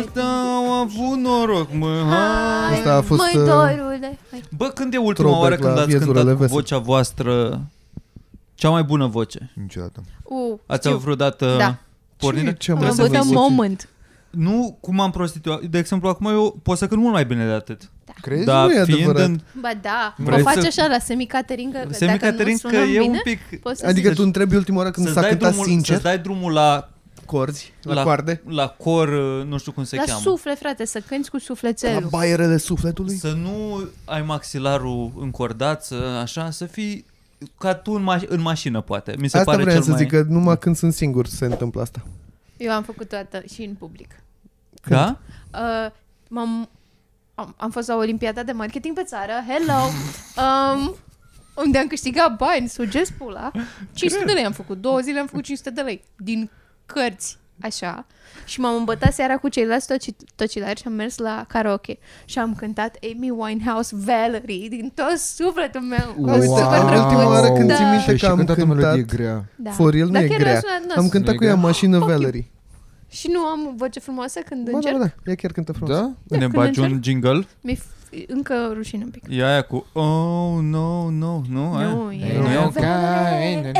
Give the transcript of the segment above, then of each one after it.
Asta au avut noroc, mă, hai. Asta a fost, Măi, uh, dorule. Hai. Bă, când e ultima Throwback oară când la ați viețurile cântat cu vesele. vocea voastră cea mai bună voce? Niciodată. U, Ați știu. avut vreodată Da. pornire? Ce- ce am Am Trebuie să avut vă un zic. moment. Nu cum am prostituat. De exemplu, acum eu pot să cânt mult mai bine de atât. Crezi? Dar nu e fiind adevărat. în Ba da, Vrei mă faci să- așa la semicateringă, că Semi dacă nu Caterin că sunăm e un bine, pic... poți să Adică zici. tu întrebi ultima oară când Să-ți s-a dai, cântat drumul, sincer, să-ți dai drumul la, corzi, la, la- coarde, la cor, nu știu cum se La cheamă. suflet, frate, să cânti cu la sufletelul. baierele sufletului. Să nu ai maxilarul încordat, să, așa, să fii ca tu în, ma- în mașină, poate. Mi se Asta pare vreau cel să mai... zic, că numai când sunt singur se întâmplă asta. Eu am făcut toată și în public. când. Da? Uh, m-am, am, am fost la Olimpiada de Marketing pe țară, hello, um, unde am câștigat bani, sugest pula. 500 de lei am făcut, două zile am făcut 500 de lei din cărți, așa. Și m-am îmbătat seara cu ceilalți toci- tocilari și am mers la karaoke și am cântat Amy Winehouse Valerie din tot sufletul meu. Wow. Uite, Super Ultima oară când drăguț. ții minte Și că am cântat o cântat melodie grea. Da. Foril nu Dacă e era grea. sunat nas. Am cântat cu ea Mega. mașină Valerie. Și nu am voce frumoasă când Ba, da, încerc. da, da, ea chiar cântă frumos. Da? Da, ne când bagi un încerc. jingle? Mi-e f- încă rușine un pic. E aia cu Oh, no, no, nu? aia? Nu, e- Nu e Nu. o- da. Why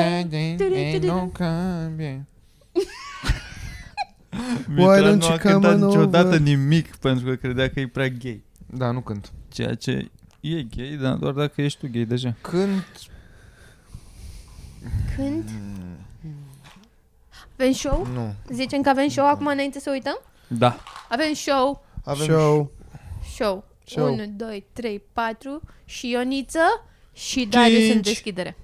Mitran don't nu you a come cântat on niciodată over? nimic pentru că credea că e prea gay. Da, nu cânt. Ceea ce e gay, dar doar dacă ești tu gay deja. Cânt, Când? Mm. Avem show? nu. Zicem că avem show acum înainte să uităm? Da. Avem show, Avem Show. show. Show. 1, 2, 3, 4 și Ioniță și Darius în Cinci. deschidere.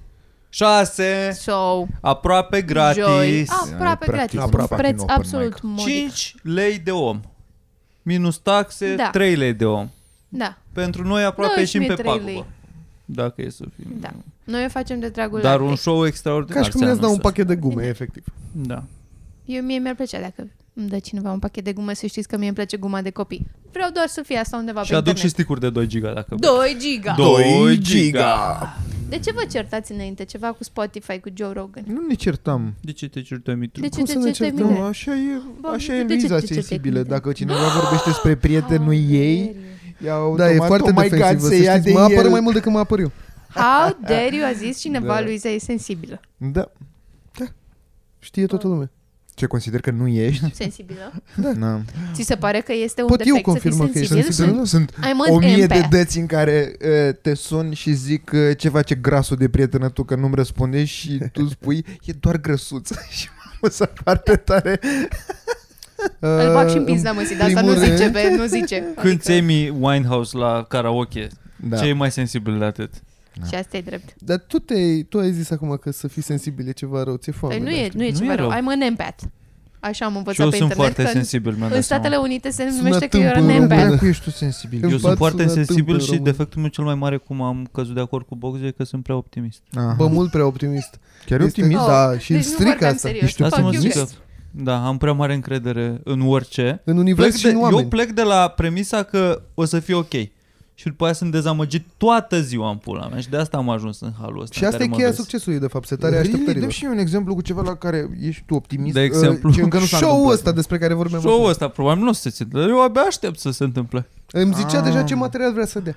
6, So, aproape joi. gratis. Aproape E practic gratis. un Un fucking preț open absolut modic. 5 lei de om. Minus taxe, Da. 3 lei de om. Da, Pentru noi aproape ieșim pe 93 pagubă. lei. Dacă e să fim. da. Noi o facem de dragul Dar la un show Ca extraordinar. și cum ne-ați dat ți-am zis. un pachet de gume, efectiv. Da. Eu mie mi-ar plăcea dacă îmi dă cineva un pachet de gume să știți că mie îmi place guma de copii. Vreau doar să fie asta undeva Și pe aduc și internet. sticuri de 2 giga dacă vrei. 2 giga. Doi giga. De ce vă certați înainte? Ceva cu Spotify, cu Joe Rogan? Nu ne certam. De ce te certai, Mitru? De ce Cum te să ne certai certăm? mine? Nu, așa e, Bă, așa de e ce- de ce- Liza de ce- de ce- sensibilă. de- Dacă cineva vorbește despre prietenul ei, ea Da, e automat, foarte oh my God, defensiv, să se ia știți. de Mă apără el. mai mult decât mă apăr eu. How dare you, a zis cineva, Da. Luiza e sensibilă. Da. Știe Ah. toată lumea. Ce, consider că nu ești? Sensibilă? Da. Ți se pare că este un Pot eu defect să fii confirma că ești sensibil? sensibilă? Sunt, sunt I'm an o mie de empath. dăți în care uh, te sun și zic uh, ce face grasul de prietenă tu că nu-mi răspunde și tu spui e doar grăsuță și mă să foarte tare. Îl bag și în Uh, pizda măsii, dar asta nu primul zice, rând- pe, nu zice. Adică, Când ți Amy Winehouse la karaoke, Da. da. ce e mai sensibil de atât? Și asta e drept. Dar tu, te, tu ai zis acum că să fii sensibil e ceva rău, ți-e foame. Păi nu da. e, nu e Nu ceva e rău. rău. I'm an empath. Așa am Și învățat eu pe sunt internet foarte că în- sensibil, mi-am în dat Statele seama. Unite se Sună numește că eu era tâmpă an în empath. română. Cu ești păi, tu sensibil. Eu Îmi sunt bat foarte la tâmplă, sensibil și român. defectul meu cel mai mare, cum am căzut de acord cu Boxe, e că sunt prea optimist. Aha. Bă, mult prea optimist. Chiar Este- optimist? Oh, Da, și deci nu stric vorbeam asta. serios. Ești Asta mă zic optimist? că, da, am prea mare încredere în orice. În Plec univers și de, în eu oameni. plec de la premisa că o să fie ok. Și după aia sunt dezamăgit toată ziua în pula mea și de asta am ajuns în halul ăsta. Și în asta e care mă cheia vezi. succesului, de fapt, setarea Dăm așteptărilor. și eu un exemplu cu ceva la care ești tu optimist. De uh, exemplu. ce încă nu s-a Show-ul întâmplat. ăsta despre care vorbeam. Show-ul acum. ăsta probabil nu o să se țină, dar eu abia aștept să se întâmple. Îmi zicea Ah. deja ce material vrea să dea.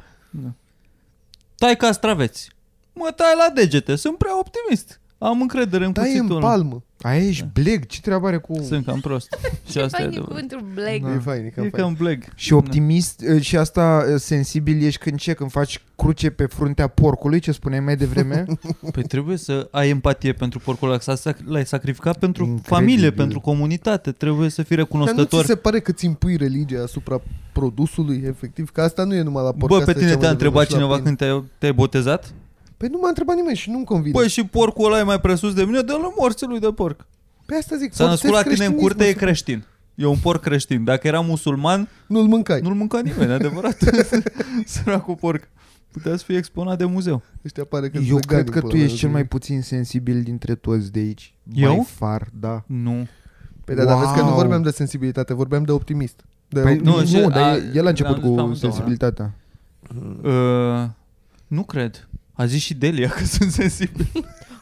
Tai ca straveți. Mă tai la degete, sunt prea optimist. Am încredere în Da, e cuțitul. în palmă. Aia ești bleg, ce treabă are cu... Da. Sunt cam prost. și asta e da. Fain e adevărat. cuvântul Blake. E fain, e E cam fain. cam bleg. Și optimist uh, și asta uh, sensibil ești când ce? Când faci cruce pe fruntea porcului, ce spuneai mai devreme? Păi trebuie să ai empatie pentru porcul ăla, să sac- l-ai sacrificat pentru Incredibil. familie, pentru comunitate. Trebuie să fii Dar nu ți recunoscător. se pare că ți impui religia asupra produsului, efectiv? Că asta nu e numai la porc. Bă, asta pe e cea tine mai te-a devreme întrebat și la cineva pâine. când te-ai, te-ai botezat? Păi nu m-a întrebat nimeni și nu-mi convine. Băi, și porcul ăla e mai presus de mine? Dă-l în morții lui de porc. Pe asta zic, S-a născut la forțez tine în curte, e creștinismul creștin. E un porc creștin. Dacă era musulman, să- Nu-l mâncai. nu-l mânca nimeni, adevărat. Săracul porc. Putea să fie exponat de muzeu. Ăștia pare că Eu cred că tu ești cel mai puțin sensibil dintre toți de aici. Eu? By far, da. Nu. Păi da, dar vezi că nu Wow. vorbeam de sensibilitate, vorbeam de optimist. De Păi, nu, nu, nu, și- nu, dar a- el, el a început am zis pe cu amândouă, da. sensibilitatea. Uh, nu cred. A zis și Delia că sunt sensibil.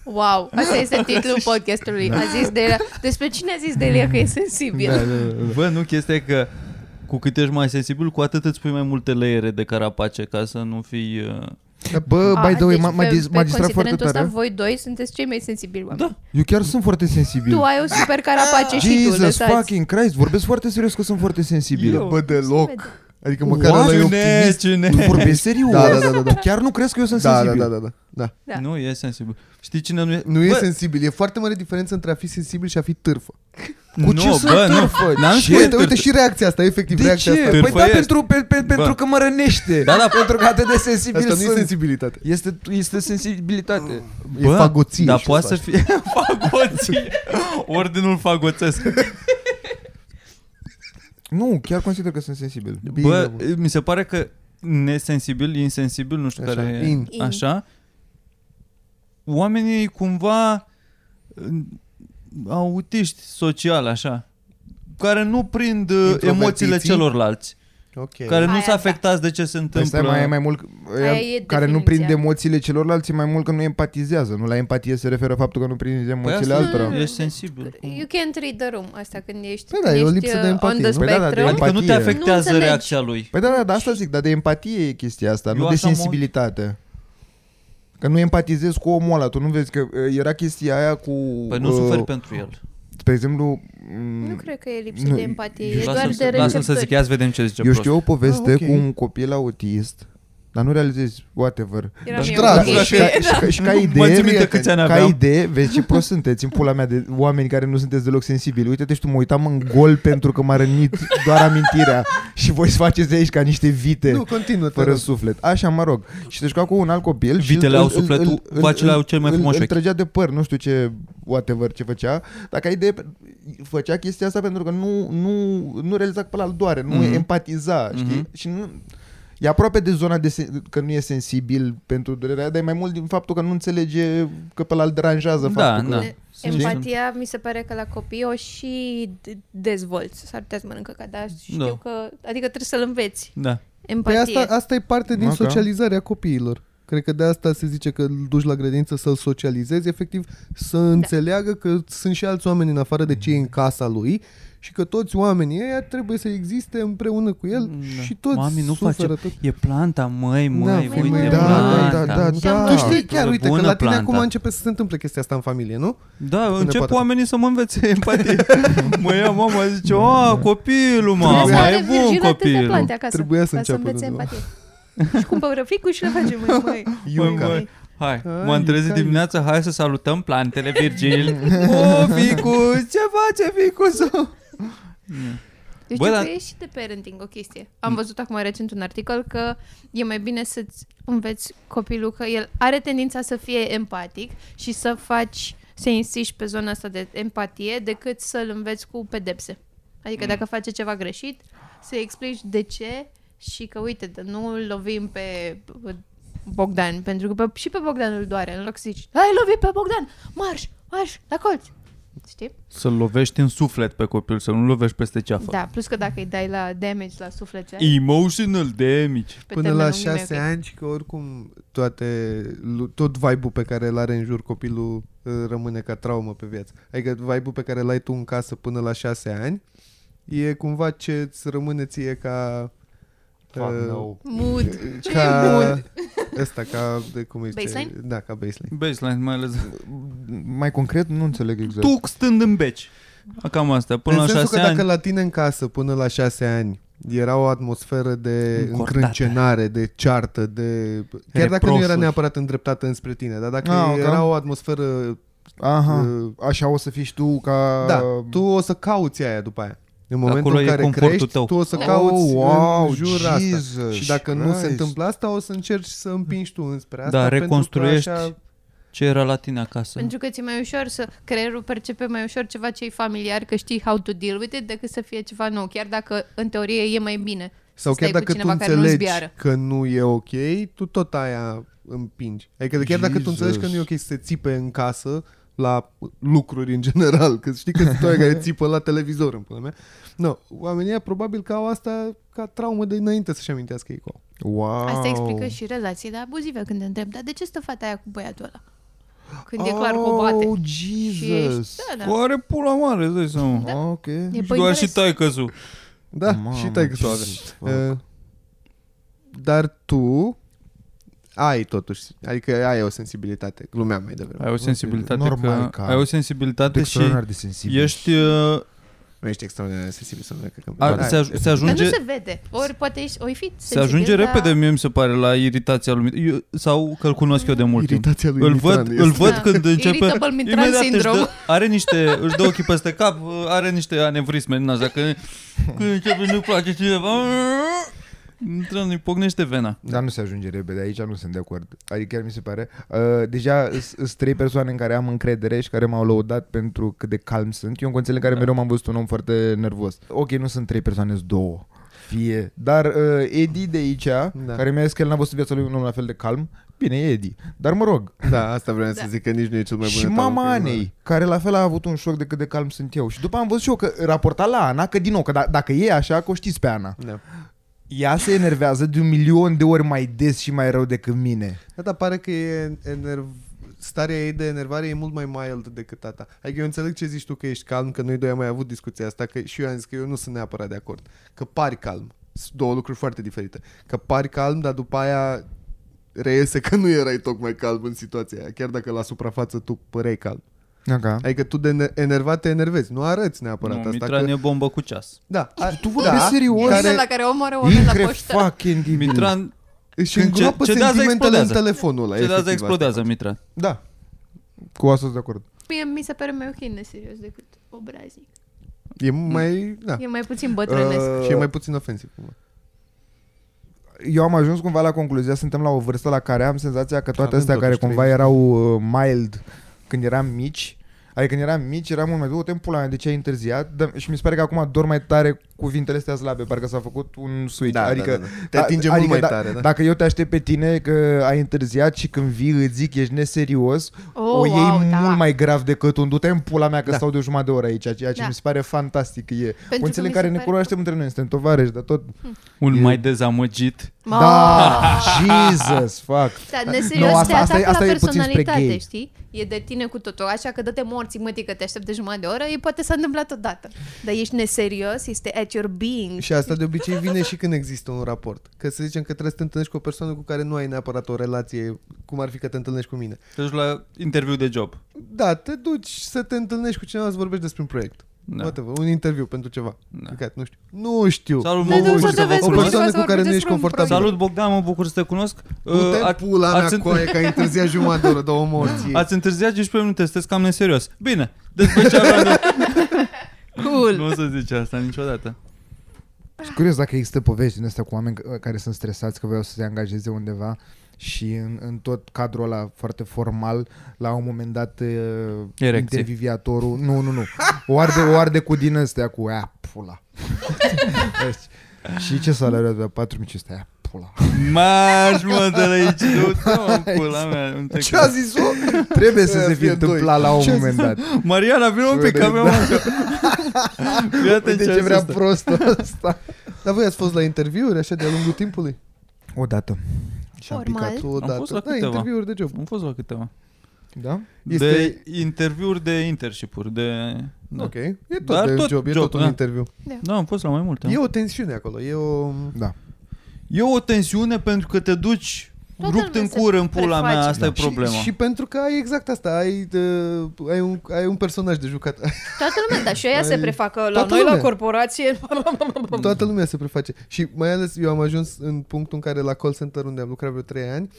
Wow, asta este titlul podcastului. A zis Delia. Despre cine a zis Delia că e sensibil? Da, da, da, da. Bă, nu, chestia e că cu cât ești mai sensibil, cu atât îți pui mai multe leiere de carapace ca să nu fii... Uh... Bă, A, by the way, deci m- m-a pe- dis- pe m-a distrat foarte considerentul ăsta, tare. voi doi sunteți cei mai sensibili oameni. Da. Eu chiar sunt foarte sensibil. Tu ai o super carapace și tu, Jesus lăsați. fucking Christ, vorbesc foarte serios că sunt foarte sensibil. Eu- Bă, deloc. Adică măcar ăla e optimist. cine? Tu vorbești serios? Da, da, da, da, da. Tu Chiar nu crezi că eu sunt Da, da, sensibil? da, da, da. da. Da. Nu, e sensibil. Știi cine nu e? Nu e Bă, sensibil, e foarte mare diferență între a fi sensibil și a fi târfă. nu, Cu ce să bă, târfă? nu. N-am Ce? spus Uite, târfă. uite și reacția asta, efectiv De reacția ce? asta. Păi da, Târfăiești. pentru, pe, pe, pentru că mă rănește. Da, da. Pentru că atât de sensibil Asta nu e sunt. sensibilitate. Este, este sensibilitate. E fagoție. Dar și poate asta. să fie fagoție. Ordinul fagoțesc. Nu, chiar consider că sunt sensibil. Bine, Bă, mă. mi se pare că nesensibil, insensibil, nu știu Așa, care e. in. In. Așa. Oamenii cumva în- autiști social, așa, care nu prind uh, emoțiile Introvertiții? celorlalți. celorlalți, Ok. care nu Aia se da. afectați de ce se Păi întâmplă. stai, mai e mai mult Aia ăia e care nu definiția. prind emoțiile celorlalți, e mai mult că nu empatizează. Nu la empatie se referă faptul că nu prind Păi emoțiile asta- altora. Mm. Ești sensibil. You can't read the room, asta când ești, Păi da, ești e o lipsă de uh, empatie, on the nu? Păi da, da, de spectrum. Adică nu te Empatie. Nu afectează înțelegi. reacția lui. Păi da, da, da, asta zic, dar de empatie e chestia asta, Eu nu de așa mă uit. sensibilitate. Că nu empatizezi cu omul ăla, tu nu vezi că uh, era chestia aia cu... Păi nu uh, suferi pentru el. Spre exemplu, mm, nu cred că e lipsă Nu, de empatie, eu- e doar Lasă-mi de să, lasă să zic, receptori. ia să vedem ce zice eu prost. știu o poveste Ah, ok. ah, okay. cu un copil autist, dar nu realizezi, whatever. Eram Dar eu. drag, Ok. și, ca, și, ca, și ca Nu idee, mai țin minte prieteni, câți ani ca aveam. idee, vezi ce prost sunteți în pula mea de oameni care nu sunteți deloc sensibili. Uite-te și tu, mă uitam în gol pentru că m-a rănit doar amintirea și voi faceți aici ca niște vite. Nu, continuă, te fără rog. suflet. Așa, mă rog. Și te juca cu un alt copil. și Vitele îl- au îl- sufletul, îl- îl- vacile au cel mai îl- frumos Îl vechi. trăgea de păr, nu știu ce, whatever, ce făcea. Dacă ai idee, făcea chestia asta pentru că nu, nu, nu realiza că pe ăla îl doare, nu Mhm. empatiza, știi? Mhm. Și nu, E aproape de zona de sen- că nu e sensibil pentru durerea, aia, dar e mai mult din faptul că nu înțelege că pe ăla îl deranjează Da, faptul da. că... Sunt- Empatia mi se pare că la copii o și de- dezvolți. S-ar putea să mănâncă ca dar știu Da. că... Adică trebuie să-l înveți. Da. Păi Empatie. asta, asta e parte din Ok. socializarea copiilor. Cred că de asta se zice că îl duci la grădință să-l socializezi, efectiv să înțeleagă că sunt și alți oameni în afară de cei în casa lui și că toți oamenii ăia trebuie să existe împreună cu el Da. și toți Mami, nu suferă face. tot. E planta, măi, măi, Da, uite, măi, da, planta. da, da, da, Și am da. Tu Ah, știi chiar, uite, că bună la tine planta. acum începe să se întâmple chestia asta în familie, nu? Da, încep poate. oamenii să mă învețe empatie. mă ia mama, zice, a, copilul, Trebuie să mama, are e bun Virgil atâtea copilul. plante acasă. Trebuia să ca să înceapă învețe de undeva. empatie. și cumpără fricul și le face măi, măi. Măi, măi, Hai, m-am Ai, trezit ai. dimineața, hai să salutăm plantele, Virgil. O, Ficu, ce face Ficu? Deci Bă, Bă, dar- Mm. e și de parenting o chestie. Am văzut acum recent un articol că e mai bine să-ți înveți copilul că el are tendința să fie empatic și să faci, să insiști pe zona asta de empatie decât să-l înveți cu pedepse. Adică mm. dacă face ceva greșit, să-i explici de ce și că uite, d- nu îl lovim pe Bogdan, pentru că pe, și pe Bogdan îl doare, în loc să zici, hai lovi pe Bogdan, marș, marș, la colț. Știi? Să-l lovești în suflet pe copil, să nu-l lovești peste ceafă. Da, plus că dacă îi dai la damage, la suflete, Emotional damage. pe Până termen la lung nu mai e șase ok. ani și că oricum toate, lu- tot vibe-ul pe care îl are în jur copilul uh, rămâne ca traumă pe viață. Adică vibe-ul pe care l-ai tu în casă până la șase ani e cumva ce îți rămâne ție ca... uh, Mood. Ce ca Ăsta, ca, de, cum îi zice? Baseline? Da, ca baseline. Baseline, mai ales. Mai concret, nu înțeleg exact. Tu stând în beci. Cam asta, până în la sensul șase că ani. dacă la tine în casă până la șase ani era o atmosferă de Încortată. încrâncenare, de ceartă, de... Chiar dacă nu era Reproșuri. neapărat îndreptată înspre tine, dar dacă Ah, ok. era o atmosferă Aha, Uh, așa o să fii și tu ca... Da, tu o să cauți aia după aia. În momentul Acolo în e care confortul crești, tău. tu o să Oh, cauți wow, în jur asta. Jesus Și dacă nu Christ. se întâmplă asta, o să încerci să împingi tu înspre asta. Da, pentru că reconstruiești. Așa... Ce era la tine acasă? Pentru că ți-e mai ușor să creierul percepe mai ușor ceva ce e familiar, că știi how to deal with it, decât să fie ceva nou, chiar dacă în teorie e mai bine. Sau Stai chiar cu dacă tu cineva care nu-ți înțelegi biară. că nu e ok, tu tot aia împingi. Adică chiar dacă tu Jesus. înțelegi că nu e ok să te țipe în casă la lucruri în general, că știi că sunt oameni care țipă la televizor în până mea. No, oamenii ăia probabil că au asta ca traumă de înainte să-și amintească ei cu Wow. Asta explică și relațiile abuzive când te întreb, dar de ce stă fata aia cu băiatul ăla? când oh, e clar că o bate. Oh, Și ești, Jesus. Ah, da, da. Care pula mare, îți dai seama. Da. Ok. E Și pe doar și interes. tai căzu. Da, Mamă, și tai ce că să avea. Uh, Dar tu ai totuși, adică ai o sensibilitate, glumeam mai devreme. Ai o sensibilitate Normal că, ca- ai o sensibilitate și Extraordinar de sensibil. ești uh, Nu ești extraordinar de sensibil să nu cred că... a, Ai, se, aj- se Dar nu ajunge se vede. Ori poate ești, oi fi se ajunge repede, mie mi se pare, la iritația lui eu, sau că îl cunosc eu de mult timp. Iritația lui Îl Mitran văd, este- îl văd Da. când începe... Irritable Mitran își syndrome. dă, are niște, își dă ochii peste cap, uh, are niște anevrisme din asta, că când începe nu place cineva, Mitran îi pocnește vena. Dar nu se ajunge repede, aici nu sunt de acord. Adică chiar mi se pare. Uh, deja sunt trei persoane în care am încredere și care m-au lăudat pentru cât de calm sunt. Eu în conțele în Da. care mereu m-am văzut un om foarte nervos. Ok, nu sunt trei persoane, sunt două. Fie. Dar uh, Edi de aici, da. care mi-a zis că el n-a văzut în viața lui un om la fel de calm, bine, e Edi. Dar mă rog, Da, asta vreau Da. să zic că nici nu e cel mai bun și etalon mama criminal. Anei, care la fel a avut un șoc de cât de calm sunt eu. Și după am văzut și eu că raporta la Ana, că din nou, că da- dacă e așa, că o știți pe Ana. Da. Ea se enervează de un milion de ori mai des și mai rău decât mine. Da, dar pare că e enerv... starea ei de enervare e mult mai mild decât tata. Adică eu înțeleg ce zici tu că ești calm, că noi doi am mai avut discuția asta, că și eu am zis că eu nu sunt neapărat de acord. Că pari calm. Sunt două lucruri foarte diferite. Că pari calm, dar după aia reiese că nu erai tocmai calm în situația aia, chiar dacă la suprafață tu păreai calm. Okay. Adică tu de ne- enervat te enervezi, nu arăți neapărat Nu, asta. Mitran Că... e bombă cu ceas. Da, a, Tu vorbești da, serios? Care... Care la care omoară oameni la Incre poștă. fucking divin. Mitran își Când ce- îngropă cedează, sentimentele în explodează. telefonul ăla. ce de efectiv, asta explodează, Mitran. Da. Cu asta sunt de acord. Mie mi se pare mai ok neserios decât obraznic. fac. E mai... Da. E mai puțin bătrânesc. Uh, Și e mai puțin ofensiv. Cumva. Eu am ajuns cumva la concluzia, suntem la o vârstă la care am senzația că toate Avem astea care totuși cumva 30. erau uh, mild când eram mici, adică când eram mici, eram mult mai tot timpul la de ce ai întârziat dar, și mi se pare că acum dor mai tare cuvintele astea slabe, parcă s-a făcut un switch. adică da, da. Te atinge Da, mult mai da- tare, da. Dacă eu te aștept pe tine că ai întârziat și când vii îți zic ești neserios, Oh, o iei wow, mult da. mai grav decât un du-te în pula mea că Da. da. stau de o jumătate de oră aici, ceea ce Da. mi se pare fantastic. E că o înțeleg mi se care ne pare- Hmm. cunoaștem între noi, suntem tovarăși, dar tot... Un mai dezamăgit. Ma- Da, Jesus, fuck. Da, neserios, Nu, no, asta- asta, te asta e- atacă asta la e puțin spre gay. personalitate, știi? E de tine cu totul, așa că dă-te morții, mătii, că te aștept de jumătate de oră, e poate s-a întâmplat odată. Dar ești neserios, este at your being. Și asta de obicei vine și când există un raport. Că să zicem că trebuie să te întâlnești cu o persoană cu care nu ai neapărat o relație, cum ar fi că te întâlnești cu mine. Deci la interviu de job. Da, te duci să te întâlnești cu cineva să vorbești despre un proiect. Da. Da. un interviu pentru ceva. Da. Da. Nu știu. Nu știu. Salut, mă Te duci bucur să să te vă vezi o cu cunosc. persoană cineva să cu care nu vorbești ești despre un confortabil. proiect. Salut, Bogdan, mă bucur să te cunosc. Du-te Uh, a- pula mea ați, coaie că ai întârziat jumătate de oră, două morți. ați întârziat 15 minute, sunteți cam neserios. Bine, despre ce aveam de... Cool. Nu o să zice asta niciodată. Sunt curios dacă există povești din astea cu oameni c- care sunt stresați că voiau să se angajeze undeva și în, în tot cadrul ăla foarte formal, la un moment dat uh, Erecție. intervieviatorul, nu, nu, nu, o arde, o arde cu din astea cu aia, pula. Vezi? și ce salariu avea? 4500 aia, pula. Marș, mă, de la aici, du-te, mă, în pula mea. nu te Ce cred. a zis-o? Trebuie să Să se fi fie întâmplat la un moment dat. Mariana, vină un pic, Uite, că avem... da. Fii atent Uite ce ce ai vrea zis prostul ăsta. Dar voi ați fost la interviuri așa de-a lungul timpului? Odată. Și-am Normal. picat. Tu odată. fost la da, câteva. interviuri de job. Am fost la câteva. Da? Este- De interviuri, de internship-uri, de... Da. Ok. E tot Dar de tot job, e job, tot un da. interviu. da, am fost la mai multe. E o tensiune acolo, e o... Da. E o tensiune pentru că te duci Toată rupt în lumea se cur în pula preface. mea, asta e Da. problema. Și, și pentru că ai exact asta, ai, uh, ai, un, ai un personaj de jucat. Toată lumea, dar și aia se Ai- prefacă la toată noi, la lumea. corporație. Toată lumea se preface. Și mai ales eu am ajuns în punctul în care la call center unde am lucrat vreo 3 ani,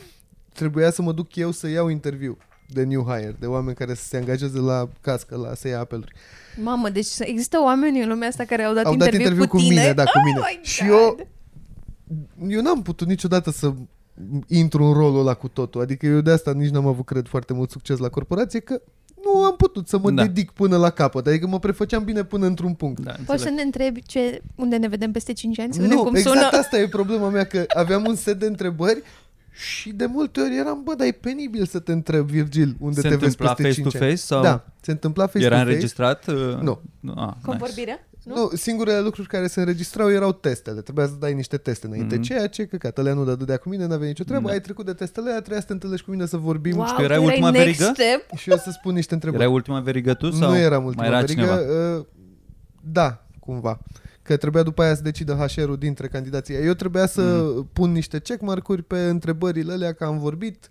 trebuia să mă duc eu să iau interviu de new hire, de oameni care să se angajeze la cască, la să ia apeluri. Mamă, deci există oameni în lumea asta care au dat, Au dat interviu, interviu cu tine? mine, da, cu mine. Oh my Și God. eu- Eu n-am putut niciodată să intru în rolul ăla cu totul. Adică eu de asta nici n-am avut, cred, foarte mult succes la corporație, că nu am putut să mă Da. da. dedic până la capăt. Adică mă prefăceam bine până într-un punct. Da, Poți să înțeleg. ne întrebi ce, unde ne vedem peste 5 ani? Să vedem Nu, cum exact sună? asta e problema mea, că aveam un set de întrebări și de multe ori eram, bă, dar e penibil să te întreb, Virgil, unde Se te vezi întâmpla peste 5 face-to-face ani. sau Da, se întâmpla era face-to-face. înregistrat? Nu. Ah, nice. Convorbirea? Nu? Nu? nu, singurele lucruri care se înregistrau erau testele. Trebuia să dai niște teste înainte, mm-hmm. Mhm. ceea ce, căcat, alea nu le dădea cu mine, n-avea nicio treabă, Da. ai trecut de testele alea, trebuia să te întâlnești cu mine să vorbim Wow, wow. că erai tu ultima next verigă? step? și eu să spun niște întrebări. Erai ultima verigă tu sau nu eram ultima mai era verigă, cineva? uh, da, cumva. Că trebuia după aia să decidă HR-ul dintre candidații. Eu trebuia să Mhm. mm. pun niște checkmark-uri pe întrebările alea că am vorbit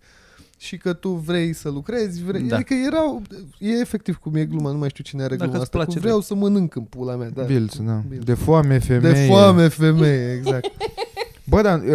și că tu vrei să lucrezi, vrei... Da. Da. adică erau, e efectiv cum e gluma, nu mai știu cine are Dacă gluma îți asta, place, cu vreau să mănânc în pula mea, da. Bilț, da. Bilț. De foame, femeie. De foame femeie, exact. Bă, dar uh,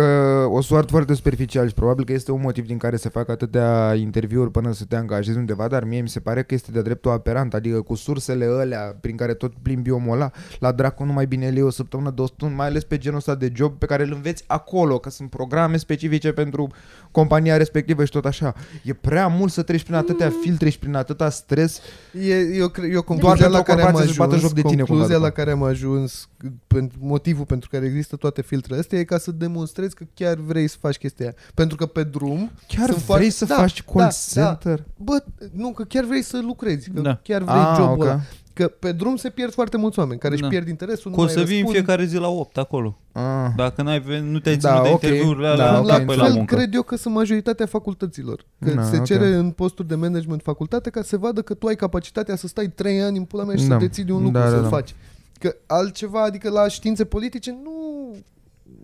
o soartă foarte superficial și probabil că este un motiv din care se fac atâtea interviuri până să te angajezi undeva, dar mie mi se pare că este de-a dreptul aperant, adică cu sursele alea prin care tot plimbi omul ăla, la dracu nu mai bine el e o săptămână, două săptămâni, mai ales pe genul ăsta de job pe care îl înveți acolo, că sunt programe specifice pentru compania respectivă și tot așa. E prea mult să treci prin atâtea Mm. filtre și prin atâta stres. E, eu, cre- eu concluzia pentru la o care am corporație să-și ajuns, bată joc de tine, cumva, concluzia după. la care am ajuns, pentru- motivul pentru care există toate filtrele astea e ca să demonstrezi că chiar vrei să faci chestia aia. Pentru că pe drum, Chiar Sunt vrei foarte- să da, faci call da, center? bă, nu, că chiar vrei să lucrezi, Da. că da. chiar vrei ah, jobul ok. okay. ăla. Că pe drum se pierd foarte mulți oameni care își Da. pierd interesul, Că o nu mai să vii în răspund. fiecare zi la 8 acolo. Ah. Dacă n-ai ven- nu te-ai Da, ținut de ok. interviurile alea, Da, da, ok, okay, la la fel, muncă. cred eu că sunt majoritatea facultăților. Că Na, Na, se Da, ok. cere în posturi de management facultate ca să vadă că tu ai capacitatea să stai 3 ani în pula mea și Da. să deții de un lucru, Da, da, să-l da. faci. Că altceva, adică la științe politice, nu...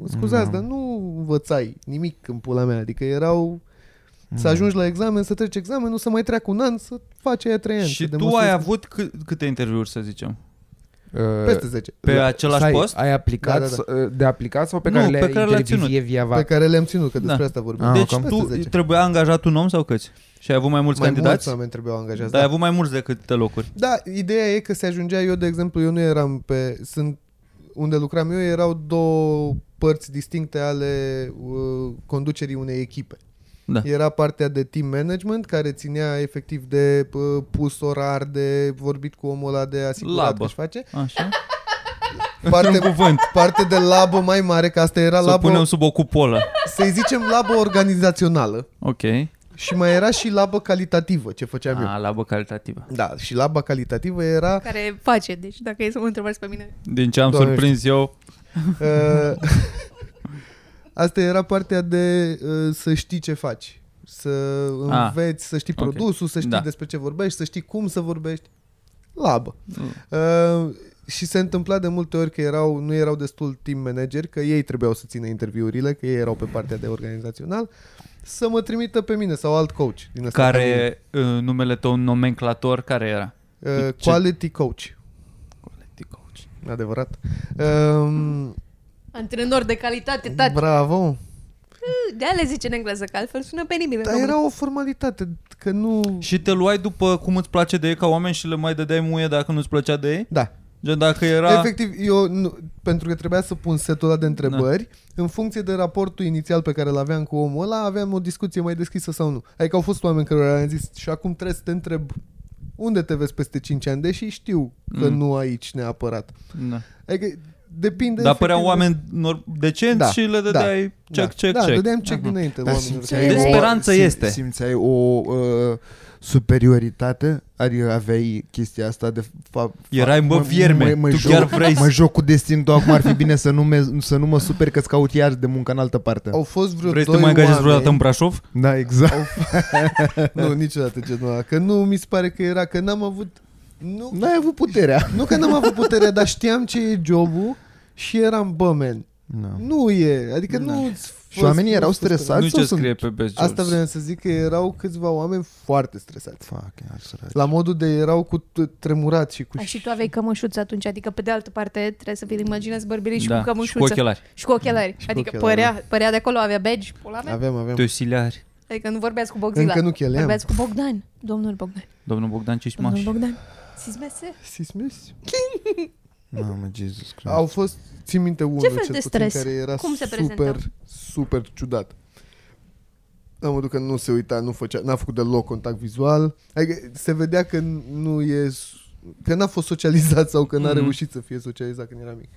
Scuzați, Da. dar nu învățai nimic în pula mea. Adică erau... Mm. Să ajungi la examen, să treci examenul, să mai treacă un an, să faci aia 3 ani. Și să tu demonstrezi ai că- avut câ- câte interviuri, să zicem? Uh, Peste 10. Pe același Stai, post? Ai aplicat, Da, da, da, da, da. de aplicat sau pe Nu, care pe le-ai care le-ai interviu ținut. vie via va? Pe care le-am ținut, că despre Da. asta vorbim. Ah, deci ok. tu Peste 10. trebuia angajat un om sau câți? Și ai avut mai mulți mai mulți da. candidați? oameni trebuiau angajați. dar ai avut mai mulți decât locuri. Da, ideea e că se ajungea eu, de exemplu, eu nu eram pe... Sunt, unde lucram eu erau două părți distincte ale uh, conducerii unei echipe. Da. Era partea de team management care ținea efectiv de uh, pus orar, de vorbit cu omul ăla, de asigurat Labă. că își face. Așa. Parte, cuvânt. parte de labă mai mare, că asta era Să labă, punem sub o cupolă. să-i zicem labă organizațională. Ok. Și mai era și labă calitativă, ce făceam eu. A, labă calitativă. Da, și laba calitativă era Care face, deci dacă e să mă întrebați pe mine. Din ce am Doamne surprins eu, Uh, Asta era partea de uh, să știi ce faci. Să Ah, înveți, să știi ok. produsul, să știi Da. despre ce vorbești, să știi cum să vorbești. Labă. Mm. Uh, și se întâmpla de multe ori că erau, nu erau destul team manageri, că ei trebuiau să țină interviurile, că ei erau pe partea de organizațional, să mă trimită pe mine sau alt coach. Din ăsta care uh, numele tău nomenclator, care era? ca mine. Uh, ce- quality coach, adevărat. Um, Antrenor de calitate, tati. bravo! De alea zice în engleză, că altfel sună penibil. în Dar română. era o formalitate, că nu... Și te luai după cum îți place de ei ca oameni și le mai dădeai muie dacă nu-ți plăcea de ei? Da, Gen dacă era... Era... Efectiv, eu, nu, pentru că trebuia să pun setul ăla de întrebări, da. în funcție de raportul inițial pe care îl aveam cu omul ăla, aveam o discuție mai deschisă sau nu. Adică au fost oameni care le-am zis și acum trebuie să te întreb unde te vezi peste 5 ani, deși știu că Mm. mm. nu aici neapărat. Da. Adică depinde... Dar păreau efectiv oameni nor- decenți Da, și le dădeai de- check, da, check, da, check. dădeam check dinainte. Dar oamenilor. Adică, simțeai Deci o, speranța este. Da, Simțeai o uh, superioritate? Adică aveai chestia asta de fapt... Erai, mă, vierme. Tu chiar vrei să- Mă joc cu destin, tu acum ar fi bine să nu, me, să nu mă super că-ți caut iar de muncă în altă parte. Au fost vreo da. Vrei să te doi mai angajezi oameni- vreodată în Brașov? Da, exact. Nu, niciodată genul ăla. Că nu mi se pare că era, că n-am avut... Nu, N-ai avut puterea. Nu că n-am avut putere, dar știam ce e jobul și eram bă, man. No. Nu e, adică nu Da. Și oamenii erau Da, stresați nu sau ce sunt... scrie pe Best Asta Jobs. vreau să zic că erau câțiva oameni foarte stresați. Fuck, iar săraci. La modul de erau cu t- tremurat și cu A, Păi și tu aveai cămășuță atunci, adică pe de altă parte trebuie să vi-l imaginezi bărbirii și da. cu cămășuță. Și cu ochelari. Și cu ochelari. Și cu adică ochelari, da. părea, părea de acolo, avea badge, pula mea. Aveam, aveam. Te osiliari. Adică nu vorbeați cu Bogzila. Încă nu cheleam. Vorbeați cu Bogdan, domnul Bogdan. Domnul Bogdan Cișmaș. Domnul Bogdan. Sismese? Sismis? Mamă, Jesus Christ. Da. Au fost, țin minte unul fel de cel puțin, stres? care era Cum se super, prezenta? super ciudat. La modul că nu se uita, nu făcea, n-a făcut deloc contact vizual. Adică se vedea că nu e, că n-a fost socializat sau că n-a Mhm. reușit să fie socializat când era mic.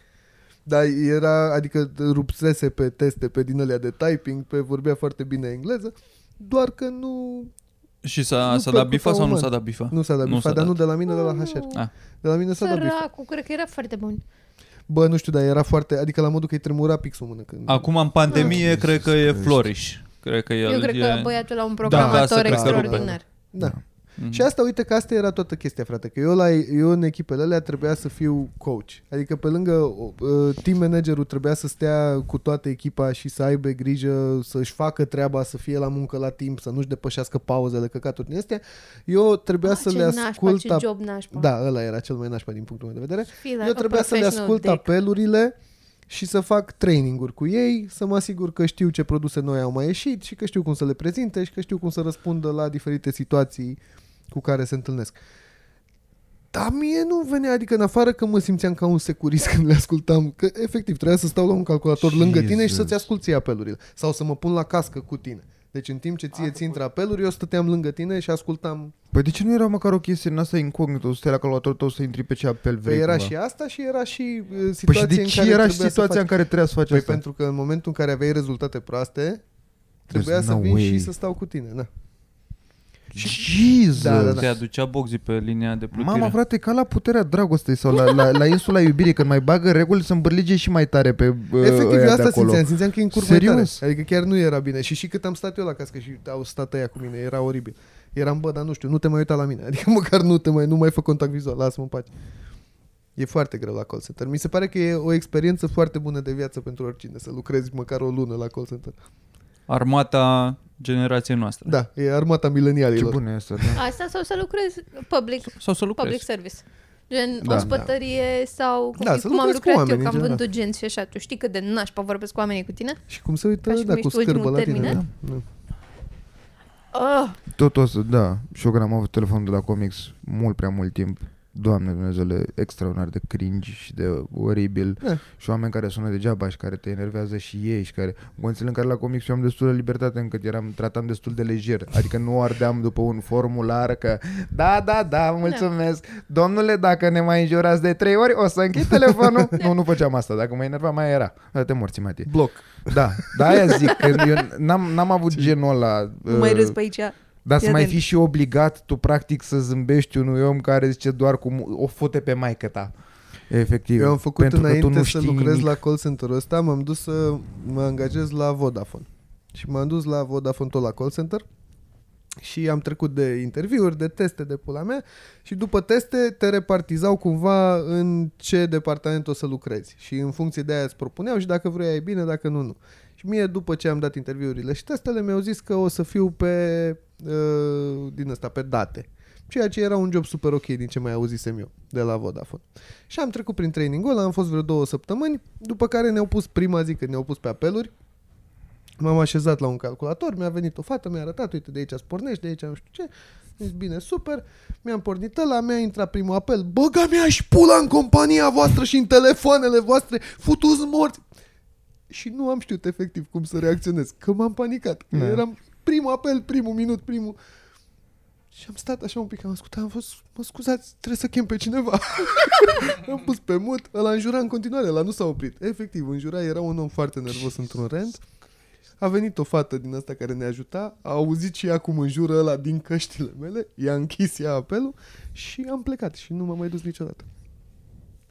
Dar era, adică rupsese pe teste, pe din alea de typing, pe vorbea foarte bine engleză, doar că nu Și s-a, Nu s-a prea dat bifa cupa sau nu uman. s-a dat bifa? Nu s-a dat Ah, Nu bifa, s-a dar nu dat. de la mine, de la HR. Ah. De la mine s-a dat bifa. Săracu, cred că era foarte bun. Bă, nu știu, dar era foarte... Adică la modul că îi tremura pixul în mână. Când... Acum, în pandemie, Ah. cred că e Iisus Floriș. Cred că el Eu cred e... că băiatul la un Da, să programator cred că rupe. extraordinar. Da. Mhm. Și asta, uite că asta era toată chestia, frate, că eu, la, eu în echipele alea trebuia să fiu coach. Adică pe lângă uh, team managerul trebuia să stea cu toată echipa și să aibă grijă, să-și facă treaba, să fie la muncă la timp, să nu-și depășească pauzele, căcaturi din astea. Eu trebuia Ah, să ce le nașpa, ascult... ce job nașpa. da, ăla era cel mai nașpa din punctul meu de vedere. Fii la- Eu a trebuia să le professional ascult dick. apelurile și să fac traininguri cu ei, să mă asigur că știu ce produse noi au mai ieșit și că știu cum să le prezinte și că știu cum să răspundă la diferite situații cu care se întâlnesc. Dar mie nu venea, adică în afară că mă simțeam ca un securist când le ascultam, că efectiv trebuia să stau la un calculator Jesus. lângă tine și Jesus. să-ți asculti ție apelurile sau să mă pun la cască cu tine. Deci în timp ce ție ți intră apeluri, eu stăteam lângă tine și ascultam. Păi de ce nu era măcar o chestie din asta incognito? Să stai la calculatorul tău să intri pe ce apel Păi vrei era cumva. și asta și era și uh, Păi situația și de în ce care era și trebuia să faci- situația în care trebuia să faci Păi asta? pentru că în momentul în care aveai rezultate proaste, trebuia There's să no vin way. și să stau cu tine, da. Jesus! Da, da, da. Te aducea boxii pe linia de plutire. Mama, frate, ca la puterea dragostei sau la, la, la insula iubirii, când mai bagă reguli, să îmbârlige și mai tare pe uh, Efectiv, ăia eu de asta acolo. simțeam, simțeam că e în curvă Serios? tare. Adică chiar nu era bine. Și și cât am stat eu la cască și au stat ăia cu mine, era oribil. Eram, bă, dar nu știu, nu te mai uita la mine. Adică măcar nu te mai, nu mai fă contact vizual, lasă-mă în pace. E foarte greu la call center. Mi se pare că e o experiență foarte bună de viață pentru oricine, să lucrezi măcar o lună la call center. Armata generației noastre. Da, e armata Ce milenialilor. bun e asta, da. Asta sau să lucrezi public, Sau să public lucrezi. service. Gen Da. da, ospătărie sau cum, Da, să cum am lucrezi cu lucrat eu, oamenii, că am în vândut genți și așa. Tu știi cât de nașpa vorbesc cu oamenii cu tine? Și cum se uită, Ca și da, cum cu ești ultimul scârbă la tine. Da. terminat. Da. Oh, Tot o să, da. Și eu când am avut telefonul de la comics mult prea mult timp, Doamne Dumnezeule, extraordinar de cringe și de oribil Da. și oameni care sună degeaba și care te enervează și ei și care, în condițiile în care la comics eu am destul de libertate încât eram, tratam destul de lejer, adică nu ardeam după un formular că da, da, da, mulțumesc, da. domnule, dacă ne mai înjurați de trei ori o să închid telefonul. nu, nu făceam asta, dacă mă enerva mai era, Da, te morți, Matie. Bloc. Da, da, aia zic, că eu n-am, n-am avut genul ăla. nu mai uh, râs pe aici. dar să Fii mai atent. fi și obligat tu practic să zâmbești unui om care zice doar cu o fute pe maică ta. Efectiv. Eu am făcut pentru înainte că tu nu să știi lucrez nimic. la call center-ul ăsta, m-am dus să mă angajez la Vodafone. Și m-am dus la Vodafone tot la call center și am trecut de interviuri, de teste de pula mea și după teste te repartizau cumva în ce departament o să lucrezi și în funcție de aia îți propuneau și dacă vrei e bine, dacă nu, nu. Și mie după ce am dat interviurile și testele mi-au zis că o să fiu pe uh, din ăsta, pe date. Ceea ce era un job super ok din ce mai auzisem eu de la Vodafone. Și am trecut prin training-ul ăla, am fost vreo două săptămâni, după care ne-au pus prima zi când ne-au pus pe apeluri, m-am așezat la un calculator, mi-a venit o fată, mi-a arătat, uite, de aici îți pornești, de aici nu știu ce, Am zis, bine, super, mi-am pornit ăla, mi-a intrat primul apel, băga mea și pula în compania voastră și în telefoanele voastre, futu-ți morți! Și nu am știut efectiv cum să reacționez, că m-am panicat, că Da. eram primul apel, primul minut, primul... Și am stat așa un pic, am ascultat, am fost, mă scuzați, trebuie să chem pe cineva. am pus pe mut, ăla înjura în continuare, ăla nu s-a oprit. Efectiv, înjura, era un om foarte nervos într-un rând. A venit o fată din asta care ne ajuta, a auzit și ea cum înjură ăla din căștile mele, i-a închis ea apelul și am plecat și nu m-am mai dus niciodată.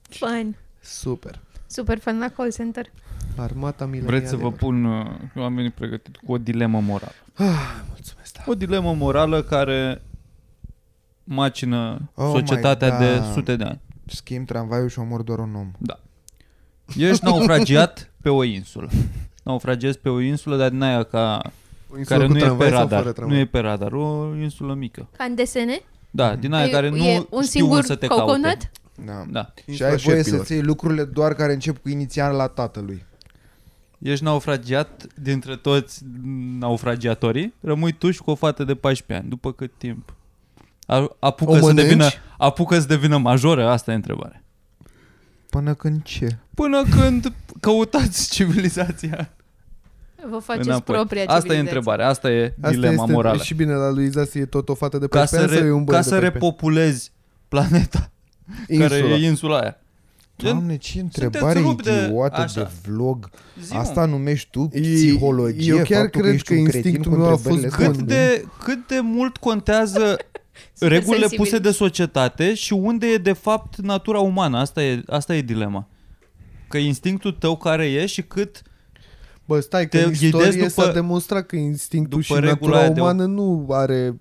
Fun. Super. Super fun la call center. Armata milenială. Vreți să vă pun... uh, Eu am venit pregătit cu o dilemă morală. Mulțumesc, da. O dilemă morală care macină Oh oh my societatea God. de sute de ani. Schimb tramvaiul și omor doar un om. Ești naufragiat pe o insulă. Naufragiezi pe o insulă, dar din aia ca, O insulă care cu nu e pe tramvai sau fără radar. tramvai? Nu e pe radar, o insulă mică. Ca în desene? Da, din aia care nu Păi, e un știu singur unde să te coconut? caute. Da. Da. Și ai voie Infrașepilor. să-ți iei lucrurile doar care încep cu inițiala tatălui. Ești naufragiat dintre toți naufragiatorii, rămâi tu și cu o fată de 14 ani. După cât timp? A, O apucă, să mănânci? devină, apucă să devină majoră? Asta e întrebarea. Până când ce? Până când căutați civilizația Vă faceți Păi înapoi. propria Asta e civilizație. întrebarea, asta e Asta dilema este morală. și bine la lui Zasi e tot o fată de Ca 14 să, ani sau e un re, băiat ca de să 14? repopulezi planeta care Insula. e insula aia. Gen, Doamne, ce sunteți întrebare rupi de- idiotă de, așa. vlog. zi, mă, Asta numești tu E- psihologie? eu chiar faptul cred ești că un cretin instinctul cu meu a fost întrebările astea? cât, bun. de, cât de mult contează Sunt regulile sensibil. puse de societate și unde e de fapt natura umană? Asta e, asta e dilema. Că instinctul tău care e și cât... Bă, stai, că Te în istorie ghidezi după- s-a demonstrat că instinctul după și regula natura aia de- umană nu are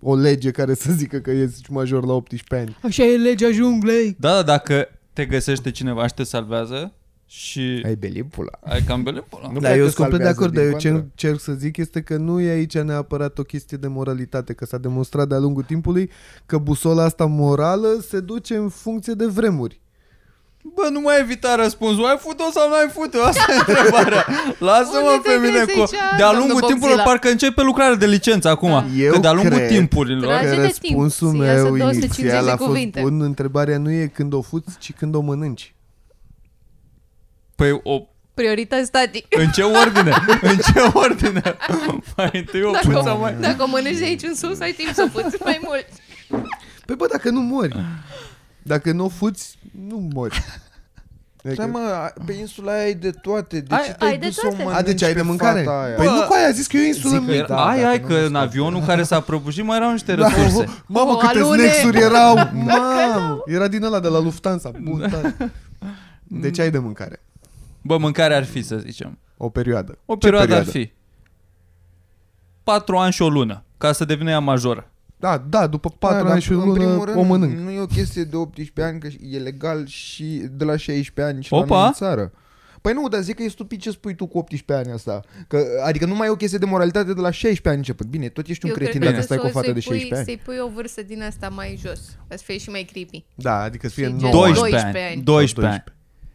o lege care să zică că ești major la 18 ani. Așa e legea junglei. Da, da, dacă te găsește cineva și te salvează și... Ai belit pula. Ai cam bele pula. Nu Da, cred eu că sunt complet de salvează, acord, din dar eu contră. ce încerc să zic este că nu e aici neapărat o chestie de moralitate, că s-a demonstrat de-a lungul timpului că busola asta morală se duce în funcție de vremuri. Bă, nu mai evita răspunsul. Ai făcut-o sau nu ai făcut-o? Asta e întrebarea. Lasă-mă Unde te pe mine găsești cu... aici, De-a doamnă lungul Boxila? timpurilor, parcă încep pe lucrare de licență acum. Eu că de-a lungul cred- timpurilor... Trage Că de timp, răspunsul să iasă meu 250 de inițial a fost cuvinte. bun, întrebarea nu e când o fuți, ci când o mănânci. Păi, o... Priorități, tati. în ce ordine? în ce ordine? mai întâi o Dacă puță o, mai... dacă o mănânci de aici în sus, ai timp să puți mai mult. Păi bă, dacă nu mori. Dacă nu o fuți, nu mori. Adică- Da, mă, pe insula aia ai de toate. De Ai- ce te-ai ai de dus să o toate. A, mănânci deci ai pe de mâncare? fata aia? Păi Bă, nu cu aia, a zis că e o insulă zic că mică. da, ai, dacă ai, nu că mă Da, în scapă. avionul care s-a prăbușit mai erau niște resurse. Da. Mamă, O, câte alune! snacks-uri erau! Mamă! Era din ăla de la Lufthansa. Bun, tare. Deci ai de mâncare. Bă, mâncare ar fi, să zicem. O perioadă. O perioadă, perioadă? ar fi. Patru ani și o lună, ca să devină ea majoră. Da, da, după Da, 4 dar ani și o în primul lună rând, mm, o mănânc. Nu e o chestie de 18 ani, că e legal și de la 16 ani și la Opa! noi în țară. Păi nu, dar zic că e stupid ce spui tu cu 18 ani asta. Că, adică nu mai e o chestie de moralitate de la 16 ani început. Bine, tot ești un cretin cred dacă că stai cu o fată de pui, 16 ani. să-i pui o vârstă din asta mai jos. Ca să fie și mai creepy. Da, adică să fie Și 9 gen- ani. 12 ani. 12 ani. 12 ani.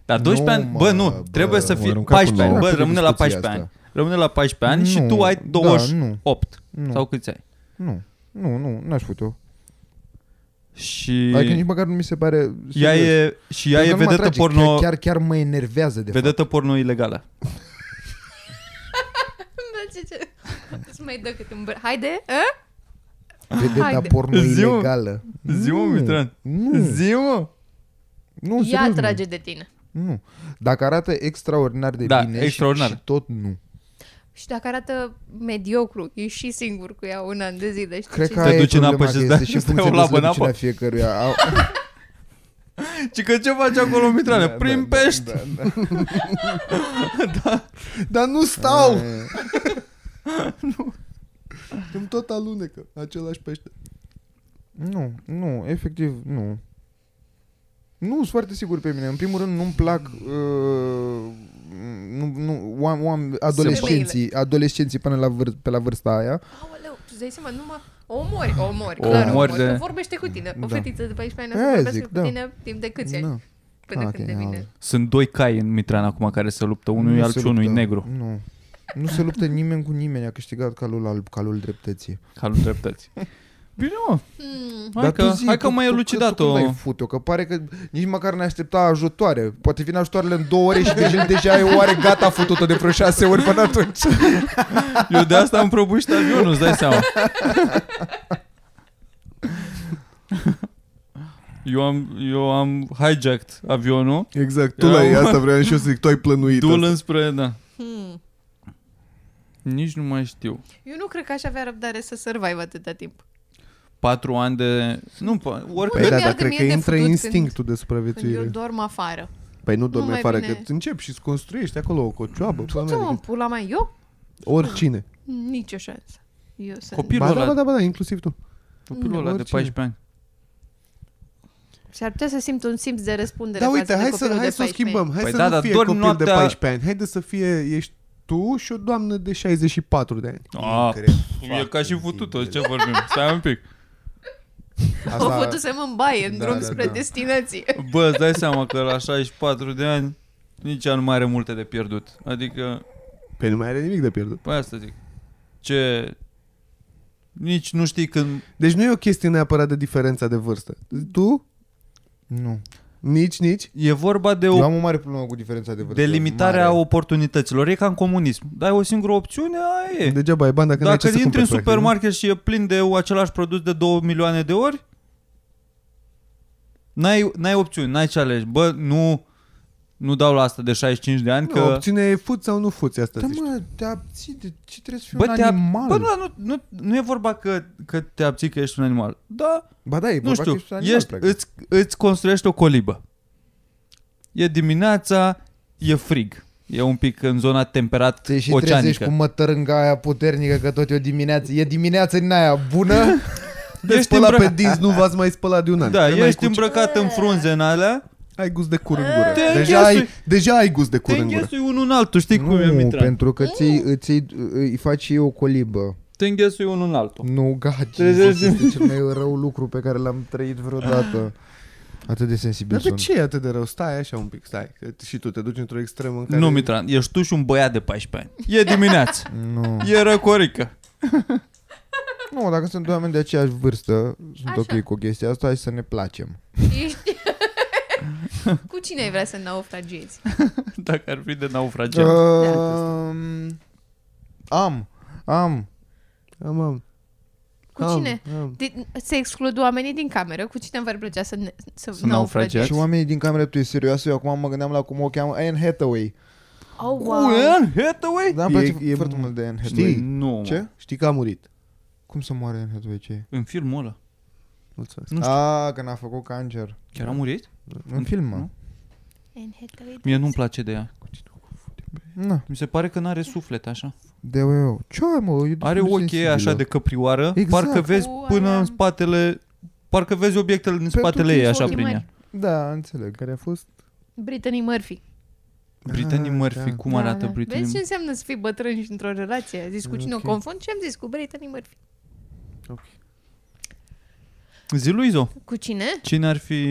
Dar 12 Nu, ani, bă, mă, nu, bă, trebuie să mă fie arunca 14 ani, până la bă, urmă. rămâne la Discuția 14 ani. asta. Rămâne la 14 ani și Nu, tu ai da, 28 Nu. sau câți ai. Nu, nu, nu, n-aș putea. Și Adică nici măcar nu mi se pare ea serios. e și ea Pentru e că nu mă vedetă atrage, porno, Chiar, chiar, chiar mă enervează de fapt. vedetă porno ilegală. Da, ce, ce? Îți mai dă cât în băr... Haide, a? Vedeta Haide. porno Zi-mă. ilegală. Zi, mă, Nu, Mitran. Nu, Zi, mă. nu, Ea serios, nu. trage de tine. Nu. Dacă arată extraordinar de Da, bine extraordinar. Și, și tot nu. Și dacă arată mediocru, e și singur cu ea un an de zile. Știi Cred ce că zic? Te aia e duci în apă problema, și că îți este dai- și în îți dai o funcție de labă în slăbiciunea apă. fiecăruia. Au- Ci că ce faci acolo, Mitrane? Da, Prin da, pești. da, da. Dar nu stau! E, Îmi tot alunecă același pește. Nu, nu, efectiv nu. Nu, sunt foarte sigur pe mine. În primul rând nu-mi plac uh, nu, nu, oam, oam, adolescenții, adolescenții până la, vâr, pe la vârsta aia. Aoleu, tu îți dai seama, numai... O omori, o omori, O clar, o omori omori. de- Că vorbește cu tine. O Da. fetiță de 14 ani o Aia să vorbească zic, cu da. tine timp de câți ani? Da. Până Ah, când ok, devine. am- Sunt doi cai în Mitran acum care se luptă, unul e se alb și unul e luptă. negru. Nu. Nu se luptă nimeni cu nimeni, a câștigat calul alb, calul dreptății. Calul dreptății. Bine, mă. Hmm. Hai că, hai că mai Tu, tu, elucidat-o. tu fut că pare că nici măcar ne aștepta ajutoare. Poate vin ajutoarele în două ore și deja, deja e oare gata futută de vreo Da, șase ori până atunci. Eu de asta am prăbușit avionul, îți dai seama. Eu am, eu am hijacked avionul, Exact, tu tu la la ei, asta vreau și eu să zic, tu ai plănuit du-l înspre, da. Hmm. Nici nu mai știu. Eu nu cred că aș avea răbdare să survive atâta timp. Patru ani de... Nu, pa- oricât. Păi Păi da, mi-e dar de cred mie că de intră făcut instinctul de Când eu supraviețuire. dorm afară. Păi nu Nu dormi mai afară, că bine. începi și construiești acolo o cocioabă. Ce mă, adică- pula mea, eu? Oricine. Nicio șansă. Eu sunt... Copil. Pilul Ba, da, ăla- ba, da, ba, da, inclusiv tu. Copilul ăla de Oricine. 14 ani. Și ar putea să simt un simț de răspundere Da, față uite, de hai să, copilul hai de să o 14. schimbăm. Hai Păi să da, nu dar fie dormi copil de noaptea- 14 ani. Haide să fie, ești tu și o doamnă de 64 de ani. A, cred. Ah, e ca și futut ce vorbim. Stai un pic. O fătusem în baie, în Da, drum da, spre da. destinație. Bă, îți dai seama că la 64 de ani nici ea nu mai are multe de pierdut. Adică, Pe Păi nu mai are nimic de pierdut. pe asta zic. Ce... Nici nu știi când... Deci nu e o chestie neapărat de diferența de vârstă. Tu? Nu. Nici, nici? E vorba de o Eu am o mare problemă cu diferența de vârstă. Delimitarea mare. oportunităților. E ca în comunism. Dai o singură opțiune, aia e. Degeaba ai bani dacă n-ai Dacă ce să intri în cumperi, practic, nu? supermarket și e plin de același produs de 2 milioane de ori, N-ai, n-ai opțiuni, n-ai ce alegi. Bă, nu, nu dau la asta de 65 de ani, Nu, că... opțiunea e fut sau nu fuți, asta Da, zici. mă, te abții de ce trebuie să fii Bă, un te ab- animal? Bă, nu, dar nu, nu, nu e vorba că, că te abții că ești un animal. Da, Ba da, e nu vorba știu, că ești un animal, ești, practic. îți, îți construiești o colibă. E dimineața, e frig. E un pic în zona temperat Te și trezești oceanică. cu mătărânga aia puternică că tot e o dimineață. E dimineață din aia bună. De Ești spăla pe îmbrăcat. dinți nu v-ați mai spălat de un an. Da, Te mai ești cuci- îmbrăcat în frunze în alea, Ai gust de cur în gură. Te Deja ai, înghesui. deja ai gust de te cur în gură. înghesui unul în altul, știi cum e, nu, Mitra? pentru că ți îți îi faci ei o colibă. Te înghesui unul în altul. Nu, gaci. Trezești- Este cel mai rău lucru pe care l-am trăit vreodată. Atât de sensibil Dar de sunt. ce e atât de rău? Stai așa un pic, stai. Că și tu te duci într-o extremă în care... Nu, Mitran, ești tu și un băiat de 14 ani. E dimineață, Nu. e răcorică. nu, dacă sunt doi oameni de aceeași vârstă, sunt Așa. ok cu chestia asta, hai să ne placem. Ești... Cu cine ai vrea să naufragiezi? Dacă ar fi de naufragiat. Uh, am, am. Am, am. Cu am, cine? Am. De, se exclud oamenii din cameră. Cu cine v-ar plăcea să, ne, să, Să naufragiați? Și oamenii din camera tu e serioasă, eu acum mă gândeam la cum o cheamă Anne Hathaway. Oh, wow. Cu Anne Hathaway? Dar îmi E- place e- foarte mult de Anne Da, Hathaway. Știi? Nu, mă. Ce? Știi că a murit. Cum să moare Anne Hathaway? Ce? În filmul ăla. Mulțumesc. Nu știu. A, că n-a făcut cancer. Chiar a murit? În film, mă. Anne Hathaway. Mie nu-mi place de ea. Na, Mi se pare că n-are suflet așa. de eu. Ce ai, mă? E Are destul ochii sensibilă. așa de căprioară, Exact. parcă vezi Cu până aia- în spatele... Parcă vezi obiectele din spatele că ei sunt așa ochii prin mari. ea. Da, înțeleg. Care a fost? Brittany Murphy. Brittany Ah, Murphy, da. cum arată Brittany Vezi Murphy? ce înseamnă să fii bătrân și într-o relație? Zici cu cine Ok. o confund? Ce am zis? Cu Brittany Murphy. Zi, Luizo, Cu cine? cine ar fi...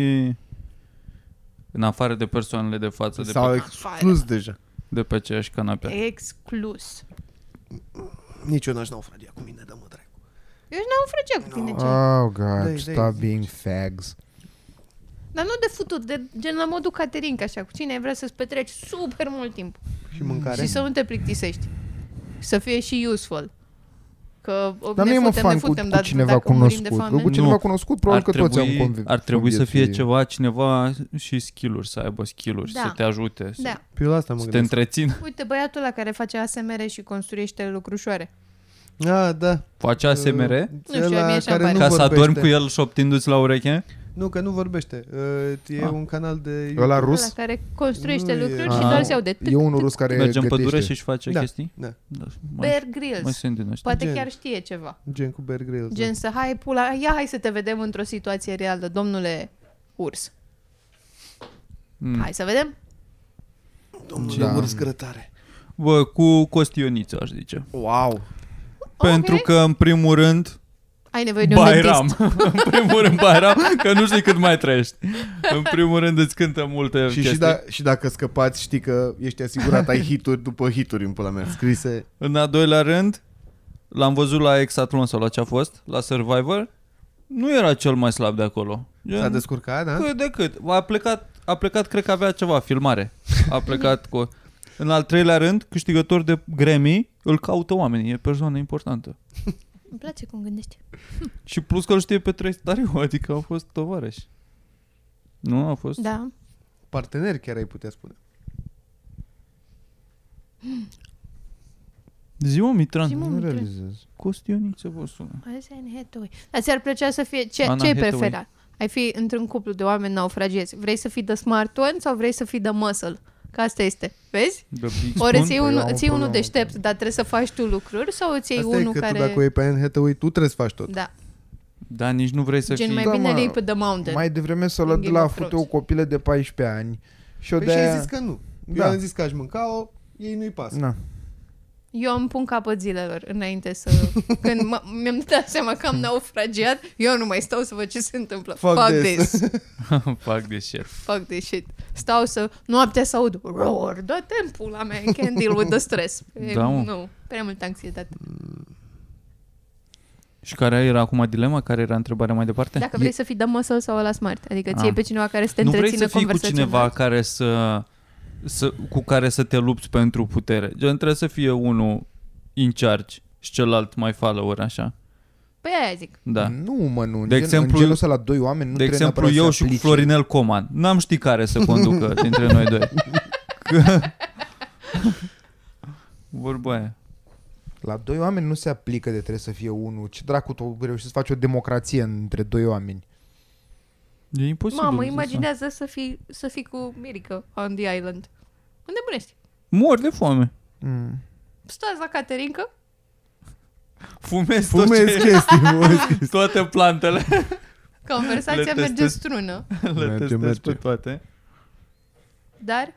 În afară de persoanele de față, de S-au pe, exclus deja. de pe aceeași canapea. Exclus. Nici eu n-aș naufragia cu mine, dă mă dracu. Eu nu am frăgea cu tine, Ah. ce? Oh, Dai, God, dai, stop zici. being fags. Dar nu de futut, de gen la modul Caterinca, așa, cu cine ai vrea să-ți petreci super mult timp Și mâncare. și să nu te plictisești. Să fie și useful. Că o- Dar nu ne e mă futem, ne fan cu, futem, cu dar cineva dacă murim de cunoscut. foame- Cu cineva Nu. cunoscut, probabil că toți am convins. ar trebui să fie ceva, cineva și skill-uri, să aibă skill-uri, Da. să te ajute, să, Da. Pe eu la asta mă să te gândesc. întrețină. Uite, băiatul ăla care face ASMR și construiește lucrușoare. Ah, da. Faci ASMR? Uh, știu, ăla mie așa-mi pare. Ca să vorbește. adormi cu el șoptindu-ți la ureche? Nu, că nu vorbește. Uh, E Ah. un canal de... Ăla Ăla rus? care construiește Nu e- lucruri și Ah. doar se aude. E unul rus care Merge în pădure gătește. și-și face Da. chestii? Da. da. Mai, Bear Grylls. mai sunt din ăștia. Poate Gen. chiar știe ceva. Gen cu Bear Da. Grylls. Gen să hai pula, ia hai să te vedem într-o situație reală, domnule urs. Mm. Hai să vedem. Domnule Da. urs grătare. Bă, cu costioniță, aș zice. Wow. Pentru că, în primul rând, ai nevoie Păi, de un Bayram. dentist. în primul rând Bayram, că nu știi cât mai trăiești. În primul rând îți cântă multe Și, chestii. și, da, și dacă scăpați, știi că ești asigurat, ai hituri după hituri în pula mea scrise. În al doilea rând, l-am văzut la Exatlon sau la ce a fost, la Survivor. Nu era cel mai slab de acolo. S-a Gen, descurcat, da? cât de cât. A plecat, a plecat, cred că avea ceva, filmare. A plecat cu... În al treilea rând, câștigător de Grammy, îl caută oamenii, e persoană importantă. Îmi place cum gândești. Și plus că îl știe pe trei stariu, adică a fost tovarăș. Nu a fost? Da. Partener chiar ai putea spune. Ziua Mitran, Zi, mă, Nu Mitran. realizez. costioniță vă sună. Hai să ai în Hathaway. Dar ți-ar plăcea să fie, ce, Ana ce ai Hathaway. prefera? Ai fi într-un cuplu de oameni naufragiezi. Vrei să fii the smart one sau vrei să fii the muscle? Că asta este. Vezi? The Big Spoon? Ori îți iei, Păi, un, eu am îți iei un unul problem. deștept, dar trebuie să faci tu lucruri sau îți iei Asta e unul că care... tu dacă o iei pe Anne Hathaway, tu trebuie să faci tot. Da. Da, nici nu vrei să Gen fii... mai Da, bine mă, le iei pe The Mountain. Mai devreme s-a În luat de Game la of fute o Thrones. copilă de 14 ani și eu Păi de și ai aia... zis că nu. Da. Eu am zis că aș mânca-o, ei nu-i pasă. Na. Eu îmi pun capăt zilelor înainte să... Când mă, mi-am dat seama că am naufragiat, eu nu mai stau să văd ce se întâmplă. Fuck this. Fac de shit. Fuck this shit. Stau să... Noaptea să aud roar, dă timpul la mea, I can't deal with the stress. E, Da, mă. nu, prea multă anxietate. Și care era acum dilema? Care era întrebarea mai departe? Dacă vrei să fii de muscle sau la smart, adică ți iei Da, Ah. pe cineva care să te nu vrei întrețină să fii cu cineva conversațional. care să, să, cu care să te lupți pentru putere. Gen, trebuie să fie unul in charge și celălalt mai follower, așa. Păi aia zic. Da. Nu, mă, nu. De De exemplu, exemplu- în genul ăsta la doi oameni nu De trebuie exemplu, neapărat să eu și cu aplici. Florinel Coman. N-am ști care să conducă dintre noi doi. Că... Vorba aia. La doi oameni nu se aplică de trebuie să fie unul. Ce dracu, tu reușești să faci o democrație între doi oameni? E imposibil. Mamă, să- imaginează să fii, să fii cu Mirica on the island. Înnebunești. Mor de foame. Mm. Stați la Caterinca, Fumez, Fumezi Tot chestii, fumezi ce... toate plantele. conversația Le merge testez. strună, Le Merge, testez merge. pe toate. dar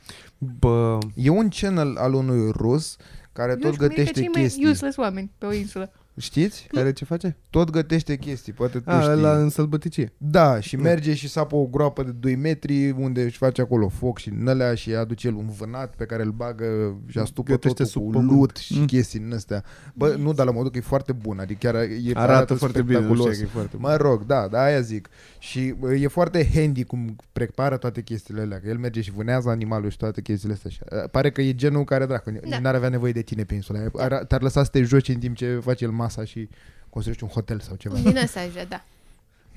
Bă, E un channel al unui rus care eu tot și cu Mirica gătește cei mai chestii. useless oameni pe o insulă. Știți? care ce face? Tot gătește chestii, poate tu A, știi. la Ah, în sălbăticie. Da, și merge și sapă o groapă de 2 metri unde își face acolo foc și nălea și aduce el un vânat pe care îl bagă și astupă Gătește totul sub cu pământ. ulut și Mm. chestii din astea. Bă, nu, dar la modul că e foarte bun, adică chiar e Arată, foarte bine, nu știu spectaculos. că e foarte bun. Mă rog, da, da, aia zic. Și bă, e foarte handy cum prepară toate chestiile alea, că el merge și vânează animalul și toate chestiile astea. Și, uh, Pare că e genul care, dracu, Da. da. n-ar avea nevoie de tine pe insula. aia. Ar, te-ar lăsa să te joci în timp ce faci el masa și construiești un hotel sau ceva. Un Mm. din ăsta așa, da.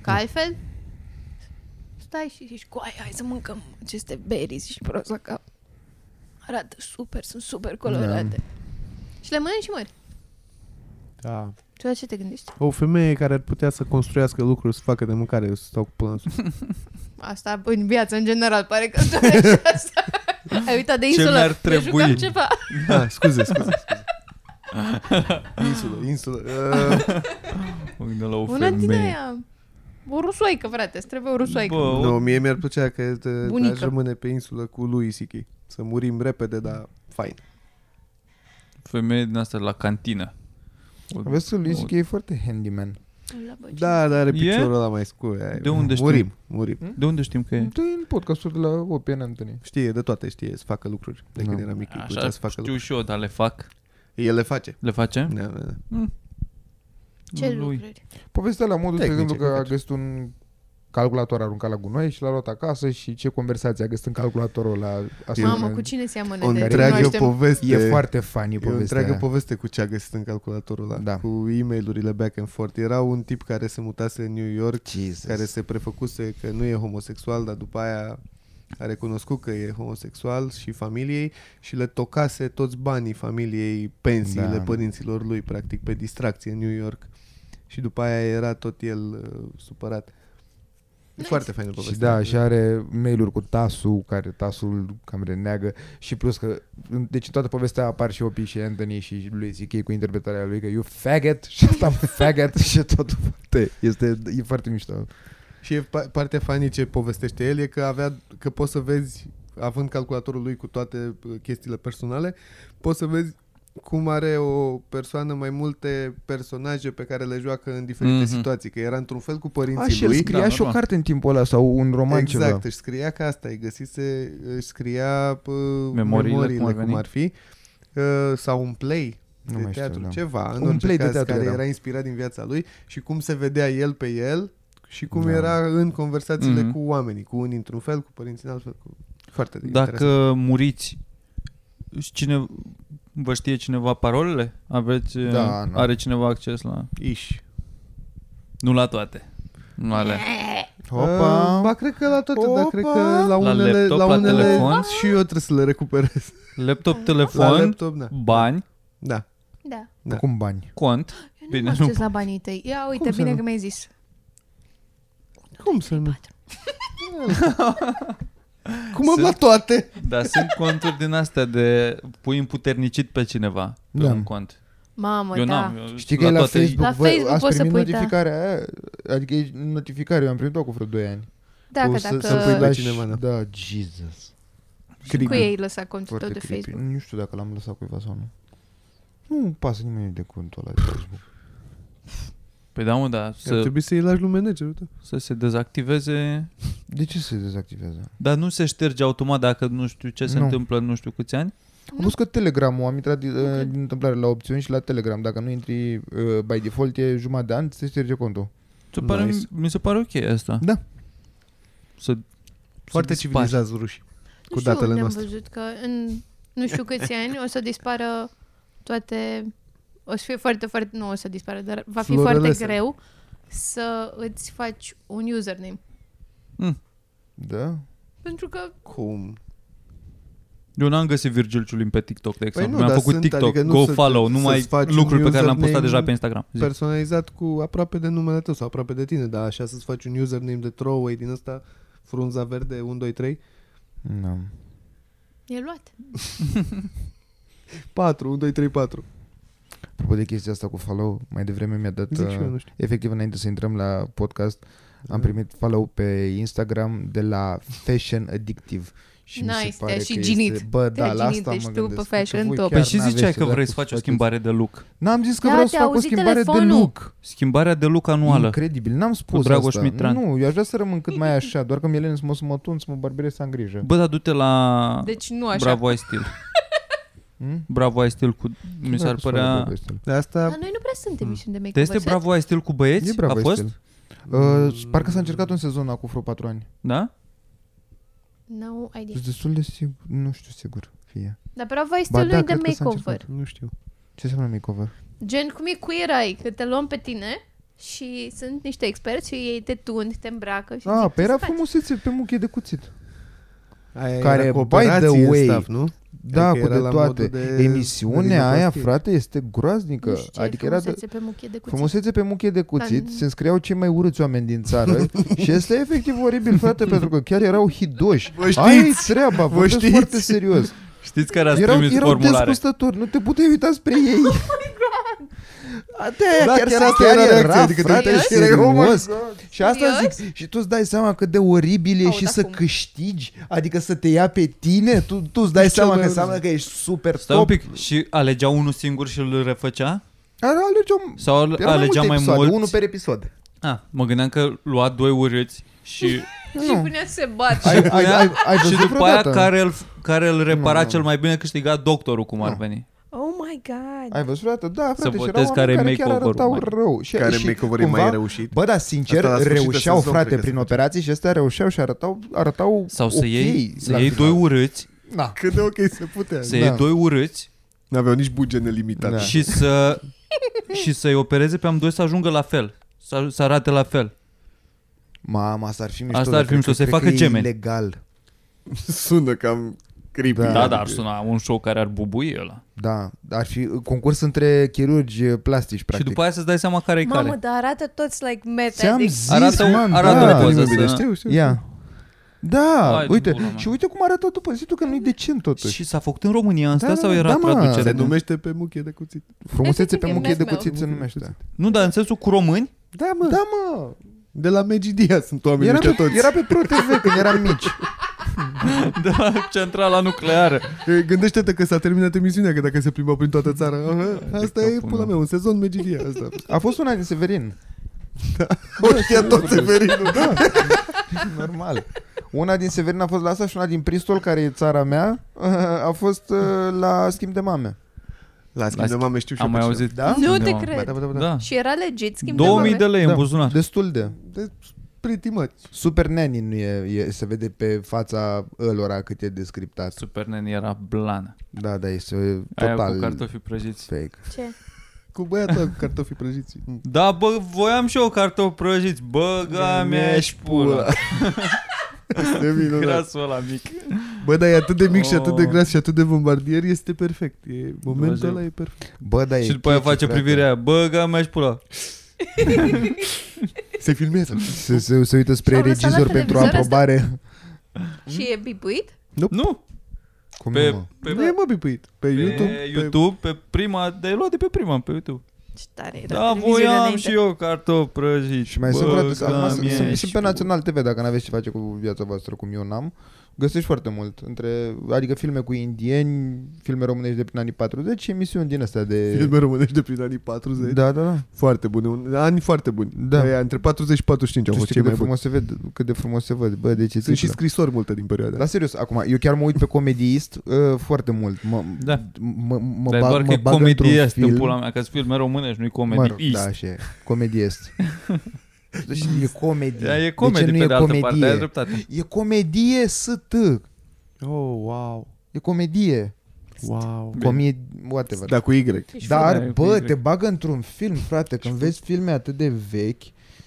Ca altfel, stai și zici, coai, hai să mâncăm aceste berries și prozaca. Arată super, sunt super colorate. Da. Și le mănânci și mori. Da. Tu la ce te gândești? O femeie care ar putea să construiască lucruri, să facă de mâncare, eu să stau cu până sus. Asta în viață, în general, pare că tu ești asta. Ai uitat de Ce insulă. mi-ar ne trebui? jucăm ceva. Ah, scuze, scuze, scuze. Insulă, insulă. Uh, Mă gândeam la o Una din femeie. aia. O rusoaică, frate, îți trebuie o rusoaică. Bă, Uh, nu, mie mi-ar plăcea că uh, Bunică. aș rămâne pe insulă cu lui C.K. Să murim repede, dar fain. femeie din asta la cantină. O- Vezi că lui o- Zic e foarte handyman. La băgi. Da, dar are E? piciorul ăla mai scurt. De unde știu? Murim, murim. De unde știm că e? Tu în podcastul de la OPN Anthony. Știe de toate, știe să facă lucruri. De când Da. era mic, îi Așa plăcea să facă știu lucruri. și eu, dar le fac. El le face. Le face? Da, da, da. Ce Lui. lucruri. Povestea la modul, de Tehnice, exemplu, că a căcaturi. găsit un calculator aruncat la gunoi și l-a luat acasă și ce conversație a găsit în calculatorul la Mamă, cu cine O seamănă de întreagă cunoaștem? poveste. E foarte funny E o povestea. întreagă aia. poveste cu ce a găsit în calculatorul ăla, Da. cu e mail back and forth. Era un tip care se mutase în New York, Jesus. care se prefăcuse că nu e homosexual, dar după aia a recunoscut că e homosexual și familiei și le tocase toți banii familiei, pensiile Da. da. părinților lui, practic, pe distracție în New York. Și după aia era tot el uh, supărat. E Nice. foarte faină povestea. Și da, și are mail-uri cu tasul, care tasul cam reneagă și plus că, deci în toată povestea apar și Opie și Anthony și lui C.K. cu interpretarea lui că you faggot și asta faggot și tot foarte, este, e foarte mișto. Și e pa- partea fanii ce povestește el e că avea, că poți să vezi, având calculatorul lui cu toate uh, chestiile personale, poți să vezi cum are o persoană mai multe personaje pe care le joacă în diferite Mhm. mm-hmm. situații. Că era într-un fel cu A, părinții și el lui. scria Da, și o normal. carte în timpul ăla sau un roman exact, ceva. își scria ca asta, îi găsise, își scria pă, Memoriile, memoriile, cum ar memoriile cum, veni. ar fi, uh, sau un play Nu de mai știu, teatru, da. ceva, în Un orice play de caz, teatru care era. era. inspirat din viața lui și cum se vedea el pe el și cum Da. era în conversațiile Mhm. cu oamenii, cu unii într-un fel, cu părinții în altfel, cu... foarte interesant. Dacă muriți, și cine vă știe cineva parolele? Aveți, uh, Da, nu. are cineva acces la... Iși. Nu la toate. Nu la alea. Hopa! Uh, Ba, cred că la toate, dar cred că Opa! la unele, laptop, la la unele telefon? și eu trebuie să le recuperez. Laptop, La telefon, laptop, da. bani, da. Da. Da. Cum bani? cont. Eu Bine, nu am nu acces la banii tăi. Ia uite, Cum să bine nu? că mi-ai zis. Cum să nu? Cum am la toate? Dar sunt conturi din astea de pui împuternicit pe cineva pe Da. un cont. Mamă, eu da. n-am. Eu, Știi că e la toate- Facebook. La Facebook ați poți să primit pui, da. notificarea aia? Adică e notificare, eu am primit-o cu vreo 2 ani. Da, că O dacă să pui la la cineva, da. da. da, Jesus. cu ei lăsa contul tău Foarte de creepy. Facebook. Nu știu dacă l-am lăsat cuiva sau nu. Nu pasă nimeni de contul ăla de Facebook. Păi da, mă, da, Ar să, trebui să-i lași lui managerul tău. să se dezactiveze De ce se dezactivează? Dar nu se șterge automat dacă nu știu ce se Nu. întâmplă în nu știu câți ani? Am văzut că Telegram-ul am intrat din, cred. din întâmplare la opțiuni și la Telegram. Dacă nu intri uh, by default e jumătate de an, ți se șterge contul. Se pare, Nice. Mi se pare ok asta. Da. Să, Foarte să dispare. civilizați rușii. Nu Cu știu datele unde am noastre. văzut că în nu știu câți ani o să dispară toate uh, O să fie foarte, foarte... Nu o să dispară, dar va fi Florele foarte astea. greu să îți faci un username. Da? Pentru că Cum? Eu n-am găsit Virgil Ciulin pe TikTok, de exemplu. Păi nu, Mi-am dar făcut sunt, TikTok, adică nu go să- follow, să-ți numai faci un lucruri pe care le-am postat username deja pe Instagram. Zi. Personalizat cu aproape de numele tău sau aproape de tine, dar așa să-ți faci un username de throwaway din ăsta, frunza verde 1, 2, 3, Nu. e luat. 4, 1, 2, 3, 4. Apropo de chestia asta cu follow, mai devreme mi-a dat... Zic și uh, eu, nu știu. Efectiv, înainte să intrăm la podcast, Da. am primit follow pe Instagram de la Fashion Addictive. Și mi Nice, se pare te-ai și că ginit. Este, bă, da, Te-ai la ginit, asta deci mă tu pe gândesc, fashion că voi top. chiar Păi și n-aveți ziceai că ceva vrei cu să faci o faceți. schimbare de look. N-am zis că Da, vreau să te-a fac o auzit schimbare de telefonul. look. Schimbarea de look anuală. Incredibil, n-am spus Dragoș asta. Mitran. Nu, eu aș vrea să rămân cât mai așa, doar că mi Elena să mă, să mă tun, să mă barbierez, să am grijă. Bă, dar du-te la Deci nu așa. Bravo Ai Stil. Hmm? Bravo Ai Stil cu... Mi s-ar părea... Da. De asta... Dar noi nu prea Hmm. suntem emisiuni de Te make-up. este Este Bravo Ai Stil cu băieți? E bravo, A fost? Estel. Uh, parcă s-a încercat un sezon acum vreo 4 ani. Da? No idea. Sunt destul de sigur, nu știu sigur. Fie. Dar bravo ai Ba stilul da, lui de cred că s-a makeover. Nu știu. Ce înseamnă makeover? Gen cum e queer eye, că te luăm pe tine și sunt niște experți și ei te tund, te îmbracă și Ah, zic ce pe era să faci. frumusețe pe muchie de cuțit. Aia Care, era by cu the operație way, staff, nu? Da, Adică cu era de la toate. modul de- adică de Emisiunea aia, dinoplastie. frate, este groaznică. Nu știu ce adică Adică era de... frumusețe pe muchie de cuțit. Frumusețe pe muchie de cuțit, Dar- se înscriau cei mai urâți oameni din țară și este efectiv oribil, frate, pentru că chiar erau hidoși. Vă știți? Aia e treaba, Vă vorbesc știți? foarte serios. Știți care ați Erau, trimis erau formulare? dezgustători, nu te puteai uita spre ei. Oh Da, chiar, chiar chiar, asta chiar era era, reacția, adică te frate, uiteai și erai, oh my serios. Și asta Serios? zic, și tu îți dai seama cât de oribil e Aud și să acum. câștigi, adică să te ia pe tine, tu, tu îți dai Nici eu seama nu că am înseamnă zis. că ești super Stai un top. pic. Și alegea unul singur și îl refăcea? Ar- Alegeam, Sau erau mai alegea multe mai episoade, mult? unul per episod. Ah, mă gândeam că lua doi urâți și, Și punea să se bat. Ai, ai, ai, ai și văzut după aia vreodată? care îl, care îl repara Nu, Ah, nu. cel mai bine câștiga doctorul cum ar veni. Oh my god. Ai văzut vreodată? Da, frate, și erau votezi oameni care care, e chiar makeover-ul arătau mai- rău. Și, Care și makeover e mai cumva- reușit? Bă, dar sincer, Asta la sfârșitul reușeau, sezon, frate, cred că prin se face. operații și astea reușeau și arătau, arătau Sau să ok iei, să la iei final. doi urâți, Da. Cât de ok se putea. să Da. iei doi urâți N-aveau nici buget nelimitat. Da. și să și să-i opereze pe amândoi să ajungă la fel. Să, să arate la fel. Mama, asta ar fi mișto. Asta dar ar fi cred mișto, că- să-i cred că facă e gemeni. Ilegal. Sună cam creepy. Da, Da, dar suna un show care ar bubui ăla. Da, ar fi concurs între chirurgi eh, plastici, Și practic. după aia să-ți dai seama care e Mamă, care. dar arată toți like meta. Ți-am Adică zis, Arată- man, arată da. o poză bine, să- știu, știu. Ia. Da, Hai, uite, pula mea. și uite cum arată după, zi tu că nu-i decent totuși. Și s-a făcut în România asta Păi. da, Da, da, sau da, era da, da, mă. traducere? Se din- numește pe muchie de cuțit. Frumusețe pe Efectiv, e muchie de mesmeu. cuțit se numește. Nu, dar în sensul cu români? Da, mă. Da, mă. De la Megidia sunt oamenii Era ăștia pe, toți. era pe Pro TV când eram mici. Da, centrala nucleară. E, Gândește-te că s-a terminat emisiunea, că dacă se plimba prin toată țara, aha, asta e Deci, capul pula meu. mea, un sezon Megidia asta. A fost una din Severin. O știa tot Severinul, da. Normal. Una din Severin a fost la asta și una din Bristol, care e țara mea, a fost uh, la schimb de mame. La schimb de schimb. mame știu și eu Am mai pe auzit. Da? Nu Da, te mă. Ba, cred. da, ba, da, ba, da. Da. Și era legit, schimb 2000 de de lei în Da. buzunar. Destul de. cineva. De, Deci, pretty much. Super Nanny nu e, e, se vede pe fața ălora cât e descriptat. Super Nanny era blană. Da, da, este Aia total cu cartofii prăjiți. fake. Ce? Cu băiatul ăla cu cartofii prăjiți. Mm. Da, bă, voiam și eu cartofi prăjiți. Băga mea și pula. Este bine, da. Grasul ăla mic. Bă, dar e atât de mic și atât de Oh. gras și atât de bombardier, este perfect. E, momentul Dumnezeu. ăla e perfect. Bă, da, și după aia face privirea aia. Băga mea și pula. Se filmează. Se, se, se uită spre Și-au lăsat la regizor pentru televizor aprobare. Și e bipuit? Nu. Cum Pe, nu, mă? pe, Nu e mă bipuit. Pe, Păi da. pe YouTube. YouTube, pe, YouTube, pe prima, de luat de pe prima, pe YouTube. Ce tare era Da, televiziunea voiam înainte. și eu cartofi prăjiți. Și mai sunt, frate, să- acum Băga sunt- mea sunt, da, și sunt pe pula. Național TV, dacă n-aveți ce face cu viața voastră, cum eu n-am. Găsești foarte mult, între, adică filme cu indieni, filme românești de prin anii 40 și emisiuni din astea de... Filme românești de prin anii 40. Da, da, da. Foarte bune, un, ani foarte buni. Da. Aia, între 40 și 45 au Tu fost știi cei cât de mai buni. frumos se vede, cât de frumos se văd. Bă, deci e Sunt și țiplă. scrisori multe din perioada. Dar serios, acum, eu chiar mă uit pe comediist uh, foarte mult. Mă, Da. mă, mă, Dar bag, doar că mă e bag într-un comedie asta, film. pula mea, că sunt filme românești, nu-i Mă rog, comedie. da, așa e. Comediest. Deci e comedie. Da, e de ce comedie nu pe e de altă comedie? parte, ai dreptate. E comedie sătă. Oh, wow. Oh, E comedie. Wow. comie, whatever. Da, cu Y. Ești foarte- Dar, Da, bă, e- te bagă într-un film, frate, când vezi filme atât de vechi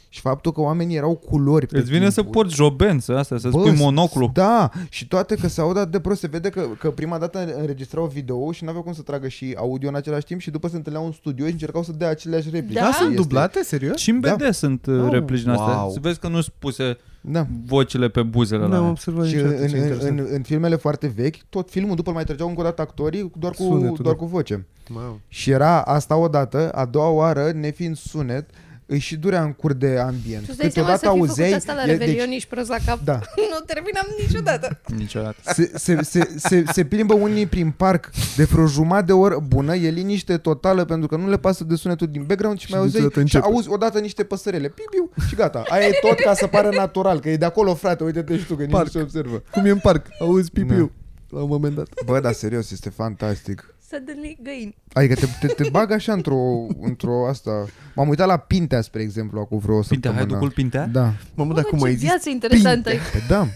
și faptul că oamenii erau culori pe Îți vine să timpuri. porți jobență asta, să-ți Bă, pui s- monoclu. Da, și toate că se aud atât de prost, se vede că, că prima dată înregistrau video și n-aveau cum să tragă și audio în același timp și după se întâlneau în studio și încercau să dea aceleași replici. Da? Da, sunt Este- dublate, serios? Și în Da. BD sunt uh, Oh, replici din astea. wow. Să vezi că nu-ți puse Da. vocile pe buzele Nu am la observat Și niciodată în, ce în, interesant. în, în, filmele foarte vechi, tot filmul după îl mai trăgeau încă o dată actorii doar cu, Sunetul, doar da. cu voce. Mamă. Și era asta o dată, a doua oară, nefiind sunet, îi și durea în cur de ambient. Tu îți dai seama să fi făcut asta la e- deci, Revelion, ești prost la cap? da, Nu terminam niciodată. niciodată. se, se, se, se, se plimbă unii prin parc de vreo jumătate de oră bună, e liniște totală pentru că nu le pasă de sunetul din background și, Și mai auzi, dintr-o dată și începe. auzi odată niște păsărele, piu, piu, și gata. Aia e tot ca să pară natural, că e de acolo, frate, uite-te și tu, că nici nu Parc. se observă. Cum e în parc, auzi pipiu la un moment dat. Da. Bă, dar serios, este fantastic. Suddenly găini. Adică te, te, te bag așa într-o, într-o asta. M-am uitat la Pintea, spre exemplu, acum vreo Pintea, săptămână. haiducul Pintea? Da. Mamă, Bă, dar cum ce ai zis? viață interesantă. e. Pe da,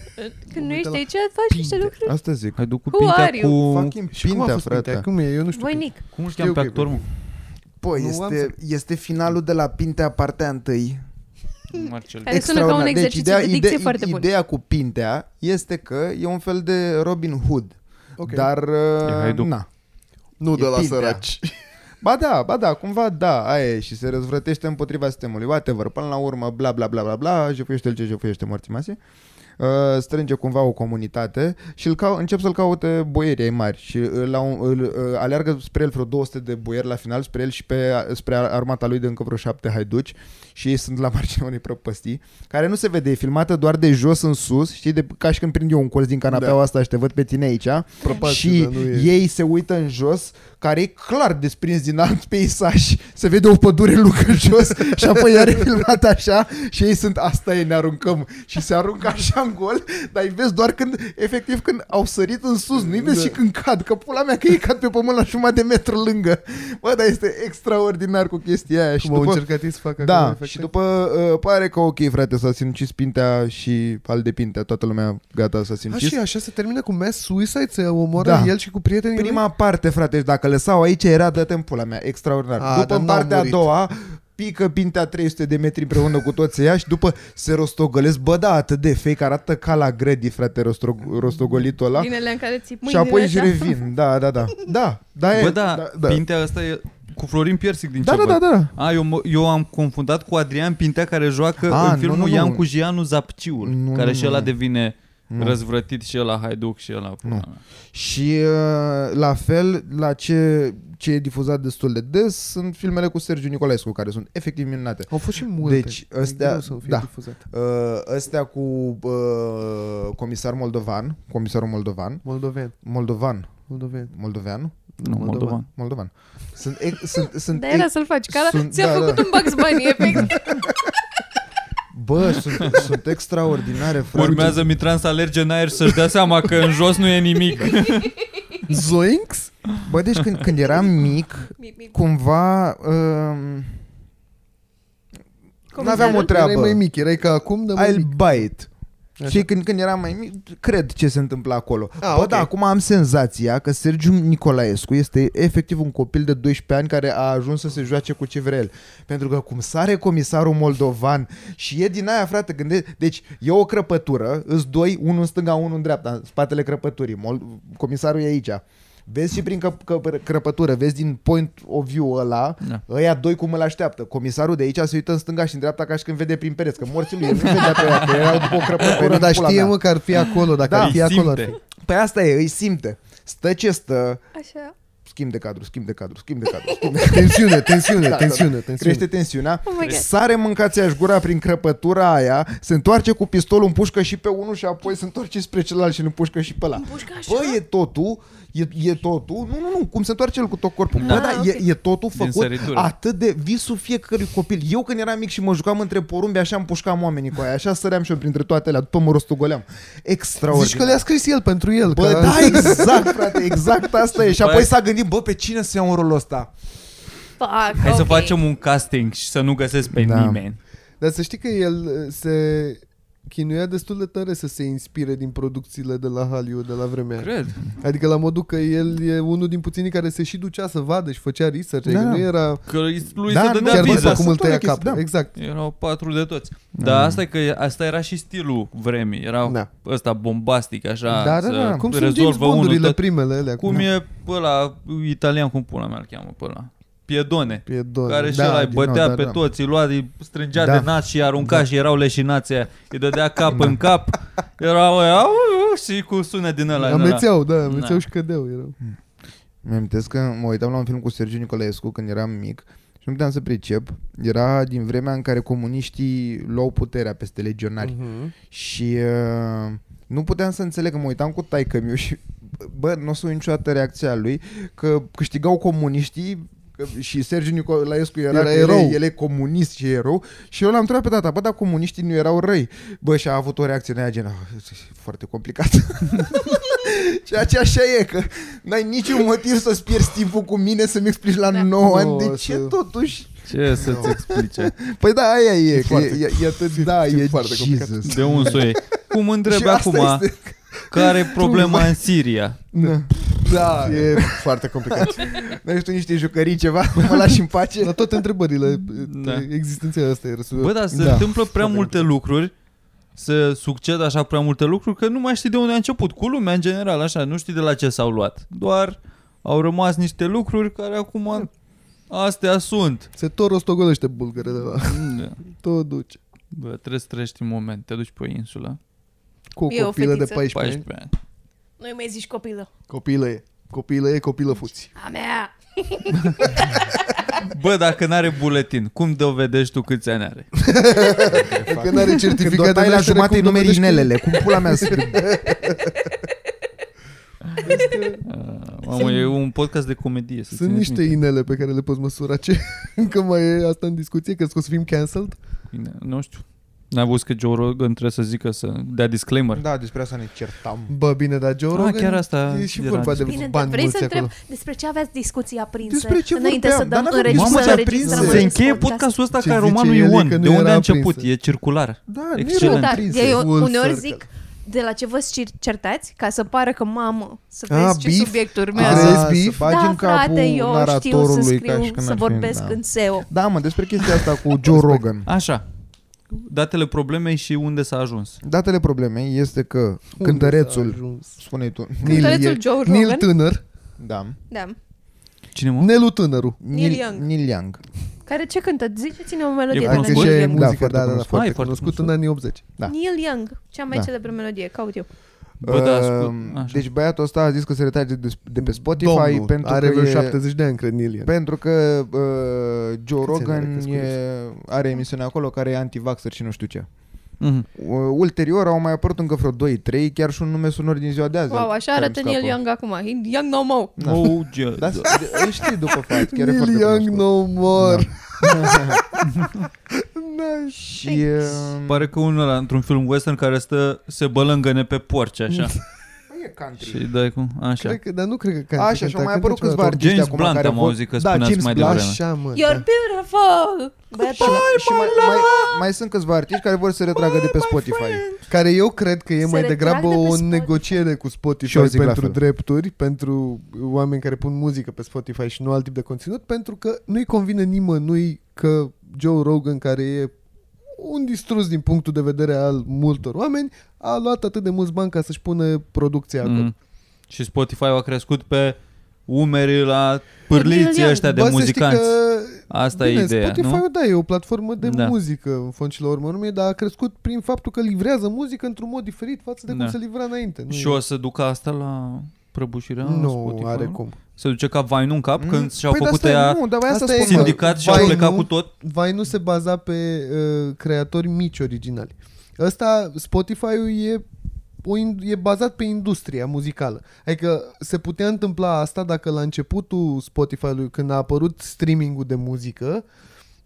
Când nu Mă uit ești la aici, faci niște Pintea. lucruri. Asta zic. Haiducul Who Pintea are you? cu... Fucking Și cum a Pintea, fost frate. Pintea? Cum e? Eu nu știu. Voinic. Cum îl Știu cheamă pe că e actor, mă? Bă, Nu este, am- este finalul de la Pintea, partea întâi. Marcel. Care sună ca un Extraordinar. Deci exercițiu de dicție foarte bun. Ideea cu Pintea este că e un fel de Robin Hood. Ok. Okay. Dar, E uh, haiduc. na. Nu de E la Pintea. săraci. Ba da, ba da, cumva da, aia e și se răzvrătește împotriva sistemului, whatever, până la urmă, bla bla bla bla bla, jefuiește-l ce jefuiește morții mase, uh, strânge cumva o comunitate și îl cau- încep să-l caute boierii ai mari și îl, au- îl, uh, aleargă spre el vreo 200 de boieri la final, spre el și pe, uh, spre armata lui de încă vreo șapte haiduci și ei sunt la marginea unei prăpăstii, care nu se vede, e filmată doar de jos în sus, știi, de, ca și când prind eu un colț din canapeaua da. asta și te văd pe tine aici, Prăpastie, și dar nu e- ei se uită în jos, care e clar desprins din alt peisaj. Se vede o pădure lucă jos și apoi are filmat așa și ei sunt, asta e, ne aruncăm. Și se aruncă așa în gol, dar îi vezi doar când, efectiv, când au sărit în sus, nu-i vezi Da. și când cad, că pula mea că ei cad pe pământ la jumătate de metru lângă. Bă, dar este extraordinar cu chestia aia. și Cum au după, încercat ei să facă da, acolo și efecte? după uh, pare că ok, frate, s-a sinucis pintea și al de pintea, toată lumea gata s-a A, sinucis. și așa se termină cu mass suicide, să omoară Da. el și cu prietenii lui? Prima parte, frate, și dacă lăsau aici era dă în pula mea, extraordinar. A, A, după dar în n-au partea a murit. doua, pică pintea 300 de metri împreună cu toți ea și după se rostogolesc. Bă, da, atât de fake, arată ca la grădi, frate, rostro- rostogolitul ăla. Dinele în care ții și mâinile apoi își așa. revin, da, da, da. Da, da, e, Bă, da, da, da. Pintea asta e cu Florin Piersic din Da, ce da, văd. da, da. A, eu, mă- eu am confundat cu Adrian Pintea care joacă A, în nu, filmul nu, nu. Ian cu Gianu Zapciul, Nu, care nu, și ăla nu. devine Nu. răzvrătit și ăla haiduc și ăla. Nu. Mm. Și uh, la fel, la ce, ce e difuzat destul de des, sunt filmele cu Sergiu Nicolaescu, care sunt efectiv minunate. Au fost și multe. Deci, E ăstea- greu să fie da. difuzate. Uh, ăstea cu uh, comisar moldovan, comisarul moldovan, Moldoven, moldovan, moldoven. moldovean, Nu, Moldovan. Moldovan. moldovan. Sunt, ex, sunt, sunt, Da, era ex, să-l faci. Ca la... sunt- Ți-a da, făcut da. un Bugs Bunny, efect. bă, sunt, sunt extraordinare, frate. Urmează Mitran să alerge în aer să-și dea seama că în jos nu e nimic. Zoinks? Bă, deci când, când eram mic, Mi- mi- cumva... Uh, n-aveam o Erai treabă. mai mic, erai ca acum, dar mai I'll mic. bite. Așa. Și când, când eram mai mic, cred ce se întâmplă acolo. Ah, Bă, ok. da, acum am senzația că Sergiu Nicolaescu este efectiv un copil de 12 ani care a ajuns să se joace cu ce vrea el. Pentru că cum sare comisarul moldovan și e din aia, frate, gânde... Deci e o crăpătură, îți doi, unul în stânga, unul în dreapta, în spatele crăpăturii. Mol... Comisarul e aici. Vezi și prin căp- căp- crăpătură, vezi din point of view ăla, Da. Ăia doi cum îl așteaptă. Comisarul de aici se uită în stânga și în dreapta ca și când vede prin pereți, că morții lui el nu vedea pe ea, că erau după o Păi crăpătură. nu, dar în pula știe mea. mă că ar fi acolo, dacă Da. ar fi Îi acolo. Ar simte. fi. Pe Păi asta e, îi simte. Stă ce stă, Așa. schimb de cadru, schimb de cadru, schimb de cadru, schimb de Tensiune, tensiune, Da, tensiune, Crește tensiune. tensiunea, Oh my God. sare mâncația-și gura prin crăpătura aia, se întoarce cu pistolul în pușcă și pe unul și apoi se întoarce spre celălalt și îl pușcă și pe ăla. Împușcă așa? Bă, e totul, e, e totul, nu, nu, nu, cum se întoarce el cu tot corpul. Da. Bă, da, Ah, e, e totul Din făcut săritură. atât de visul fiecărui copil. Eu când eram mic și mă jucam între porumbi, așa îmi pușcam oamenii cu aia, așa săream și eu printre toate alea, după mă rostogoleam. Extraordinar. Zici că le-a scris el pentru el. Bă, că- da, exact, frate, exact asta e. Și după apoi aia- s-a gândit, bă, pe cine să iau în rolul ăsta? Fuck, Hai să ok. facem un casting și să nu găsesc pe Da. nimeni. Dar să știi că el uh, se chinuia destul de tare să se inspire din producțiile de la Hollywood de la vremea aia. Cred. Adică la modul că el e unul din puținii care se și ducea să vadă și făcea research, da. Da. adică nu era Că lui Da, se dădea nu, chiar chiar viza, văzut viza. cum îl sunt tăia toate cap. chestii, da. Exact. Erau patru de toți. Dar asta e că asta era și stilul vremii. Era Da. ăsta bombastic, așa. Da, da, să da. Cum sunt James rezolvă unul Bondurile tot. primele alea? Cum e pe ăla italian, cum pula mea îl cheamă pe ăla? Piedone. E doar. Care și Da, ăla îi din bătea nou, da, pe da. toți, îi lua, îi strângea Da. Da. de nas și îi arunca și erau leșinații aia. Îi dădea cap în cap. Erau aia, "Au, au", și cu sunet din ăla. din ăla. Amețeau, da, amețeau Da. și cădeau. Erau. Mi-amintesc că mă uitam la un film cu Sergiu Nicolaescu când eram mic și nu puteam să pricep. Era din vremea în care comuniștii luau puterea peste legionari. Mhm. Și uh, nu puteam să înțeleg că mă uitam cu taică miu și bă, nu o să uit niciodată reacția lui că câștigau comuniștii că- și Sergiu Nicolaescu era, Era era erou. erou. El, e comunist și erou și eu l-am întrebat pe tata, bă, dar comuniștii nu erau răi. Bă, și a avut o reacție de aia gen, "Ah, e foarte complicat. Ceea ce așa e, că n-ai niciun motiv să-ți pierzi timpul cu mine să-mi explici la Da. 9 Nu, ani de ce să- totuși Ce să-ți explice? Păi da, aia e, că foarte- e, e, e atât, da, e e, foarte complicat. Jesus. De un soi. Cum întreb Și asta acum, este- care e problema în Siria? Da. da. E foarte complicat. Dacă tu niște jucării ceva, mă lași în pace. La toate întrebările Da. da. existențiale astea era Bă, dar se Da. da. întâmplă prea multe lucruri, se succed așa prea multe lucruri, că nu mai știi de unde a început. Cu lumea, în general, așa, nu știi de la ce s-au luat. Doar au rămas niște lucruri care acum Da. astea sunt. Se tot rostogolește bulgăre de la Da. tot duce. Bă, trebuie să trăiești un moment, te duci pe o insulă. Cu o E o copilă de fetiță. 14, 14. 14 ani. Nu-i mai zici copilă. Copilă e. Copilă e, copilă fuți. A mea! Bă, dacă n-are buletin, cum dovedești tu câți ani are? Că Adică n-are Când o certificat de tai la naștere, jumate cum îi numeri dovedești că- inelele, cum pula mea să Uh, mamă, e un podcast de comedie. să Sunt țineți niște inele pe care le poți măsura ce încă mai e asta în discuție, crezi că o să fim cancelled? minte. Bine, nu știu. N-ai văzut că Joe Rogan trebuie să zică să dea disclaimer? Da, despre asta ne certam. Bă, bine, dar Ah, Joe Rogan chiar asta e și era vorba de Bine, dar bani vrei să mulți întreb acolo. despre ce aveați discuții aprinse Despre ce înainte Deci să vorbeam? dăm Dar n-aveam Mamă, înregistrăm, ce-a înregistrăm prins, în se acest încheie podcast. podcastul ăsta Ce ca zice romanul el e Ion. că nu De unde era a început? aprinsă. E circular. Da, Excelent. nu Da, erau eu prinse. full uneori circle. zic de la ce vă cir- certați, ca să pară că mamă, să Ah, vezi ce beef? subiect urmează. Crezi, A, să beef? bagi da, în capul frate, eu știu să naratorului ca și scriu, când să ar fi, vorbesc da. în SEO. Da, mă, despre chestia asta cu Joe Rogan. Așa. Datele problemei și unde s-a ajuns. Datele problemei este că Unde s-a cântărețul, ajuns? spune tu, Cântărețul e- Joe Neil Rogan. Tânăr, da, Da. Cine mă? Nelu Tânărul. Neil, Young. Neil Young. Care ce cântă? Ziceți-ne o melodie. E de la cunoscut? Adică Neil și e Young. Da, muzică, foarte da, da, da, cunoscut. foarte Ai, foarte cunoscut în anii 80. da. Neil Young, cea mai Da. celebră melodie, caut eu. Bă, da, Uh, ascult. Așa. deci băiatul ăsta a zis că se retrage de, de pe Spotify Domnul, pentru are că vreo e- Păi, 70 de ani, cred, Neil Young. Pentru că uh, Joe Câți ani are, Rogan că-s curios? e, are emisiunea acolo care e antivaxer și nu știu ce. Mhm. Uh, ulterior au mai apărut încă vreo 2-3, chiar și un nume sonor din ziua de azi. Wow, al- așa care arată îmi Neil scapă. Young acum. He- Young no more. Da. Oh, ge- da. Da, da. Îl știi după fapt, chiar e foarte Neil Young cunoscut. Da. no more. Și uh, Mm. Pare că unul ăla într-un film western care stă, se bălângăne pe porci, așa. e country. și îi dai cum? Așa. Cred că, dar nu cred că cântă. Așa, și au cânta, mai cânta apărut ceva câțiva tot. artiști James acum Blunt care am vor... auzit că da, spuneați James mai Blunt. devreme. Așa, mă, You're da. beautiful! Și, mai, și mai, mai, mai sunt câțiva artiști care vor să se retragă de pe Spotify. Care eu cred că e Se mai retrag degrabă de pe o Spotify. negociere cu Spotify Și eu zic la pentru fel. drepturi, pentru oameni care pun muzică pe Spotify și nu alt tip de conținut, pentru că nu-i convine nimănui că Joe Rogan, care e un distrus din punctul de vedere al multor oameni, a luat atât de mulți bani ca să-și pună producția acolo. Mm. Și Spotify a crescut pe umeri la pârliții Young. ăștia de Bă, să știi muzicanți. Că Asta Bine, e ideea, Spotify, nu? da, e o platformă de Da. da. muzică, în fond și la urmă urmei, dar a crescut prin faptul că livrează muzică într-un mod diferit față de da. Da. cum se livra înainte. Nu Și o să ducă asta la prăbușirea nu Spotify? are cum. Se duce ca vai nu în cap Mm. când și-au păi făcut de asta, ea Nu, dar voia să Asta e spun. sindicat și-au Vai, plecat nu. cu tot. Vai nu se baza pe uh, creatori mici originali. Ăsta, Spotify-ul e, o, in- e bazat pe industria muzicală. Adică se putea întâmpla asta dacă la începutul Spotify-ului, când a apărut streaming-ul de muzică,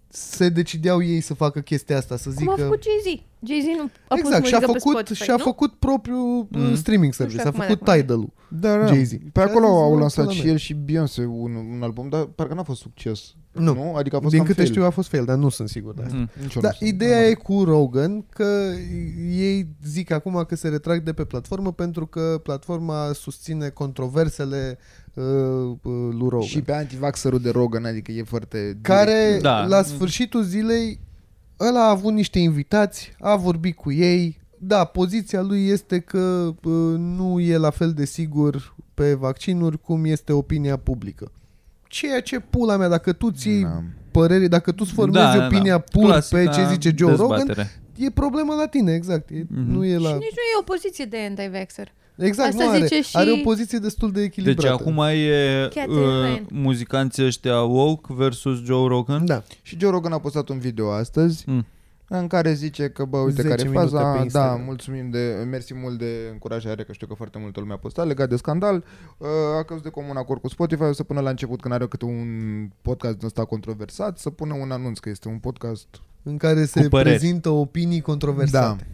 se decideau ei să facă chestia asta, să zică... Cum a făcut Jay-Z? Jay-Z nu a pus Exact, și-a muzică făcut, pe Spotify, și-a nu? făcut propriul Mhm. mm. streaming Nu service, știu a acum făcut dacă mai e. Tidal-ul. Da, da. Jay-Z. Pe Și a acolo zis, au "Nu, lansat pula și mea." el și Beyoncé un, un album, dar parcă n-a fost succes. Nu. nu? Adică a fost Din cam câte fail. știu a fost fail, dar nu sunt sigur de asta. Mm. Nici eu Da, nu sunt. ideea e cu Rogan că ei zic acum că se retrag de pe platformă pentru că platforma susține controversele uh, uh, lui Rogan. Și pe antivaxerul de Rogan, adică e foarte... care Da. da. la sfârșitul zilei ăla a avut niște invitați, a vorbit cu ei. Da, poziția lui este că uh, nu e la fel de sigur pe vaccinuri cum este opinia publică. Ceea ce pula mea, dacă tu ții Da. da. părere, dacă tu îți formezi da, opinia da. pur pe ce zice Joe Rogan, e problema la tine, exact. E, mm-hmm. Mhm. Nu e la... Și nici nu e o poziție de anti-vaxxer. Exact, Asta nu are. zice și- Are o poziție destul de Deci echilibrată. acum e Catherine uh, Ryan. muzicanții ăștia woke versus Joe Rogan. Da. Și Joe Rogan a postat un video astăzi Mm. mm. în care zice că, bă, uite 10 care e minute pe faza, da, Instagram. mulțumim de, mersi mult de încurajare, că știu că foarte multă lume a postat legat de scandal, uh, a căzut de comun acord cu Spotify, o să pună la început, când are câte un podcast din ăsta controversat, să pună un anunț că este un podcast În care se păreri. Da. prezintă opinii controversate.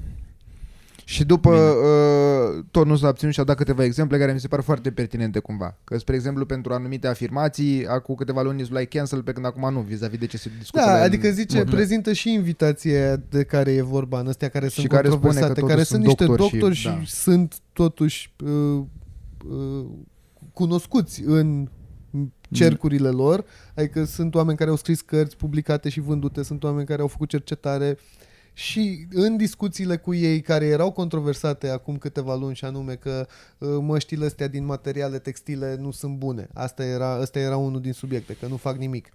Și după uh, tot nu s-a abținut și a dat câteva exemple care mi se par foarte pertinente cumva. Că, spre exemplu, pentru anumite afirmații, acum câteva luni îți luai cancel, pe când acum nu, vis-a-vis de ce se discută. Da, la- adică zice, Mhm. prezintă și invitația aia de care e vorba în astea care Și sunt care spune că controversate, totuși care sunt sunt niște doctori și- doctori și, da. sunt totuși uh, uh, cunoscuți în cercurile lor, adică sunt oameni care au scris cărți publicate și vândute, sunt oameni care au făcut cercetare și în discuțiile cu ei care erau controversate acum câteva luni și anume că uh, măștile astea din materiale textile nu sunt bune. Asta era, asta era unul din subiecte, că nu fac nimic.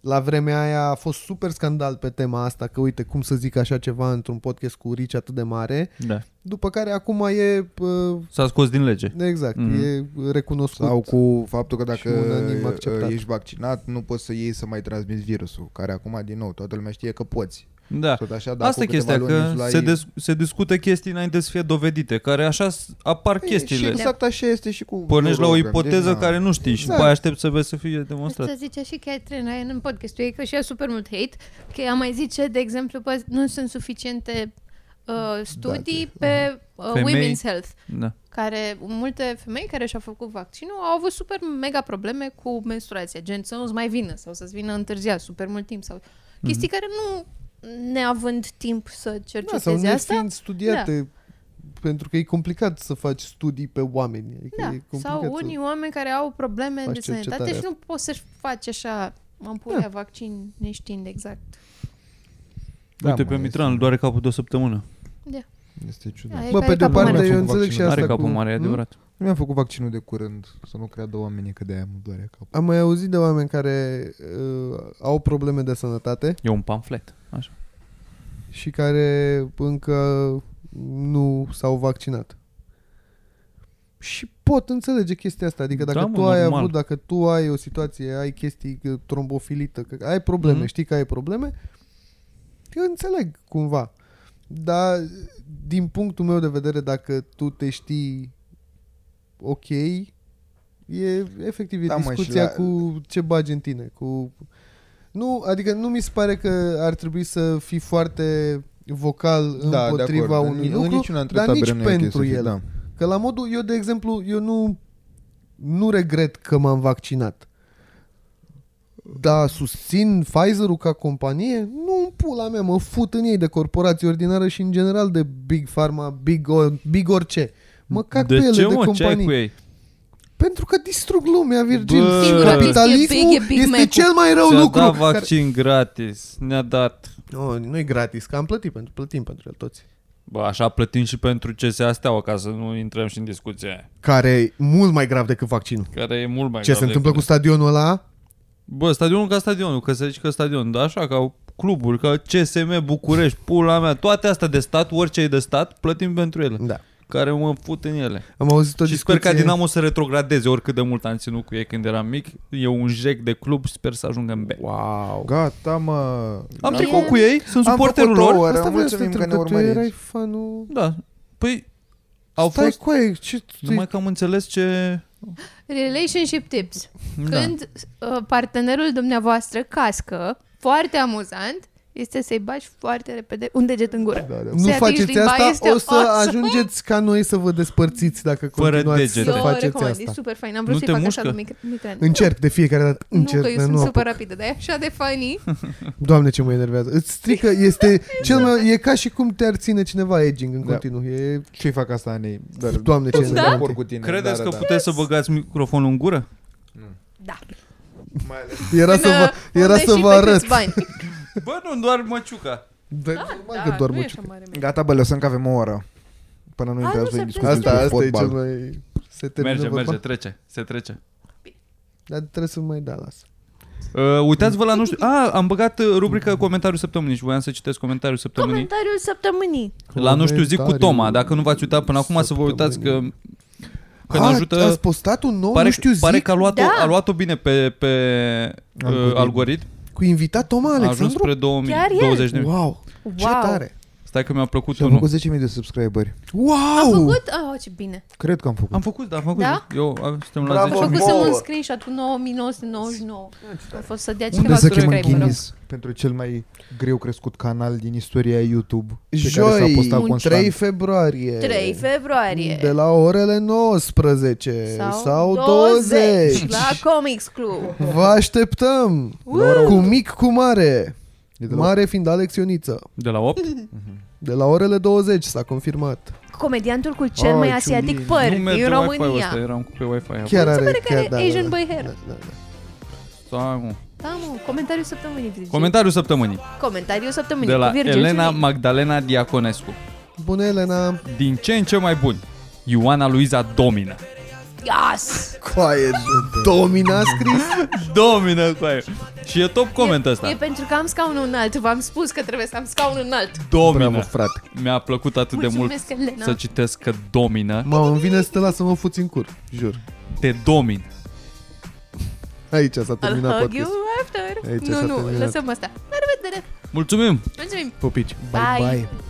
La vremea aia a fost super scandal pe tema asta, că uite cum să zic așa ceva într-un podcast cu Rich atât de mare, Da. după care acum e uh, S-a scos din lege. exact, Mhm. mm-hmm. e recunoscut. Sau cu faptul că Și dacă uh, unanim acceptat. ești vaccinat, nu poți să iei să mai transmiți virusul, care acum, din nou, toată lumea știe că poți. Da. Tot așa, da, Asta e cu câteva chestia, luni că îți luai- se, des- se discută chestii înainte să fie dovedite, care așa s- apar Păi, Și chestiile. exact așa este și cu... Pornești la o Rogan, ipoteză exact. deci, da. care nu știi și după aia aștepți să vezi să fie demonstrat. Asta zicea și Catherine Ryan în podcastul ei, că și ea super mult hate, că ea mai zice, de exemplu, că nu sunt suficiente uh, studii pe uh, Femei. women's health. Da. care multe femei care și-au făcut vaccinul au avut super mega probleme cu menstruația, gen să nu-ți mai vină sau să-ți vină întârziat super mult timp sau chestii care nu neavând timp să Mhm. Da, sau cerceteze nu asta. fiind studiate, pentru că e complicat să faci studii pe oameni. Adică Da, e complicat sau unii oameni care au probleme faci de sănătate cercetarea. și nu poți să-și faci așa am pulea da. vaccin neștiind exact. Da, Uite mă, pe este- Mitran, îl doare capul de o săptămână. Este ciudat. Da, e Să... Bă, care pe de capul parte, mare. eu Făcut înțeleg și vaccinul. asta Are capul cu... mare, e Hmm? adevărat. Nu mi-am făcut vaccinul de curând, să nu creadă oamenii că de-aia mă doare capul. Am mai auzit de oameni care uh, au probleme de sănătate E un pamflet. Așa. și care încă nu s-au vaccinat. Și pot înțelege chestia asta, adică dacă Da, da, mă, tu ai normal. avut, dacă tu ai o situație, ai chestii că, trombofilită, că ai probleme, Mhm. mm. știi că ai probleme, eu înțeleg cumva. Dar din punctul meu de vedere, dacă tu te știi ok, e efectiv e Da, da, mă, și discuția la- la... cu ce bagi în tine, cu nu, adică nu mi se pare că ar trebui să fii foarte vocal da, împotriva de acord. unui În- în lucru, niciuna dintre dar nici tabere nu e pentru chestie, el. Da. Că la modul, eu de exemplu, eu nu, nu regret că m-am vaccinat. Dar susțin Pfizer-ul ca companie? Nu în pula mea, mă fut în ei de corporații ordinară și în general de Big Pharma, Big, o, big orice. Mă cac de pe ele ce, de mă? Ce ai companii. cu ei? Pentru că distrug lumea, Virgil. Bă. Bă, Singura chestie Capitalismul big e e Big este Mac-ul. cel mai rău Ți-a lucru. dat care- vaccin gratis. Ne-a dat. Nu, nu e gratis, că am plătit pentru, plătim pentru el toți. Bă, așa plătim și pentru CSA Steaua, ca să nu intrăm și în discuție. Care e mult mai grav decât vaccinul. Care e mult mai Ce grav se întâmplă cu decât- stadionul ăla? Bă, stadionul ca stadionul, că se zice că stadion, dar așa, ca cluburi, ca CSM București, pula mea, toate astea de stat, orice e de stat, plătim pentru ele. Da. Care mă fut în ele. Am auzit o și discuție... sper ca Dinamo să retrogradeze oricât de mult am ținut cu ei când eram mic. E un jec de club, sper să ajungă în B. Wow. Gata, mă. Am Da. tricou E- cu ei, sunt suporterul făcut o lor. oră. Asta vreau să te Mulțumim că întreb, ne că tu urmăriți. erai fanul... Da. Păi, au Stai fost... cu aia, ce... Numai că am înțeles ce... Relationship tips. Da. Când uh, partenerul dumneavoastră cască, foarte amuzant, este să-i bagi foarte repede un deget în gură. Da, da. Nu Se atingi faceți limba, asta, este o să awesome. ajungeți ca noi să vă despărțiți dacă Fără continuați să degete. Eu o faceți recomand, e asta. super fain. Am vrut Nu să-i te fac mușcă? așa lui Mic- Mitran. Încerc de fiecare dată, Nu, încerc, că dar eu nu sunt super apuc. rapidă, dar e așa de funny. Doamne ce mă enervează. Îți strică, este cel mai, e ca și cum te-ar ține cineva edging în Da. continuu. E, Ce-i fac asta, Anei? Dar Doamne, ce tot sunt da? de acord cu tine. Credeți da, că da, da. puteți să băgați microfonul în gură? Da. Mai ales era să Până vă, era unde să și vă pe arăt. câți Bani. Bă, nu, doar măciuca. Da, normal Da, că doar nu e mă așa mare mereu. Gata, bă, lăsăm că avem o oră. Până nu Hai, intrați nu, voi în surpriză. discuții Asta, despre asta e cel fotbal. mai... Se termină Merge, vorba. merge, trece, se trece. Dar trebuie să mai da, lasă. Uh, uitați-vă la nu știu... A, am băgat uh, rubrica comentariul săptămânii și voiam să citesc comentariul săptămânii. Comentariul săptămânii. La nu știu zic cu Comentariul Toma, dacă nu v-ați uitat până acum să vă uitați că, săptămânii. că ne ajută... ați postat un nou, Pare, nu știu, pare zic, că a luat-o, Da. a luat-o bine pe, pe algoritm. Algoritm. Uh, algoritm. cu invitat Toma A ajuns Alexandru? spre 2020 de mii. Wow, ce Wow. tare! Stai că mi-a plăcut Și am unul. făcut 10.000 de subscriberi. Am Wow! făcut? Oh, ce bine. Cred că am făcut. Am făcut, da, am făcut. Da? Eu a, suntem la Bravo, Am 10.000. făcut Bun. să un Bun. screenshot cu 9999. A fost să dea Unde cineva să să chemăm mă rog. Guinness pentru cel mai greu crescut canal din istoria YouTube? Pe care s-a Joi, postat un constant. 3 februarie. 3 februarie. De la orele 19 sau, 20. La Comics Club. Vă așteptăm! Cu mic, cu mare. E de la- Mare fiind Alex Ioniță. De la 8? De la orele 20 s-a confirmat. Comediantul cu Oh, cel mai Ai, asiatic Ciulin. păr Nu din merge Wi-Fi-ul România. ăsta, eram cu pe Wi-Fi. acum. Chiar are, pare că chiar, are da, Asian da, da, boy hair. Da, da, da. Stai, mă. Da, mă, comentariul săptămânii. Virgil. Comentariul săptămânii Comentariul săptămânii de la cu Virgil Elena Ciulin. Magdalena Diaconescu. Bună, Elena! Din ce în ce mai bun. Ioana Luiza domină. Yes! Coaie, domina scris? Domină cu aia. Și e top coment ăsta. E pentru că am scaun înalt. V-am spus că trebuie să am scaun înalt. domină. Bravo, frate! Mi-a plăcut atât Mulțumesc, da. de mult Elena. să citesc că domină. Mamă, îmi vine să te las să mă fuți în cur, jur. Te domin. Aici s-a I'll terminat hug you podcastul. after. Aici s-a nu, nu, terminat. lăsăm asta. La revedere. Mulțumim! Mulțumim. Pupici! Bye, Bye. bye.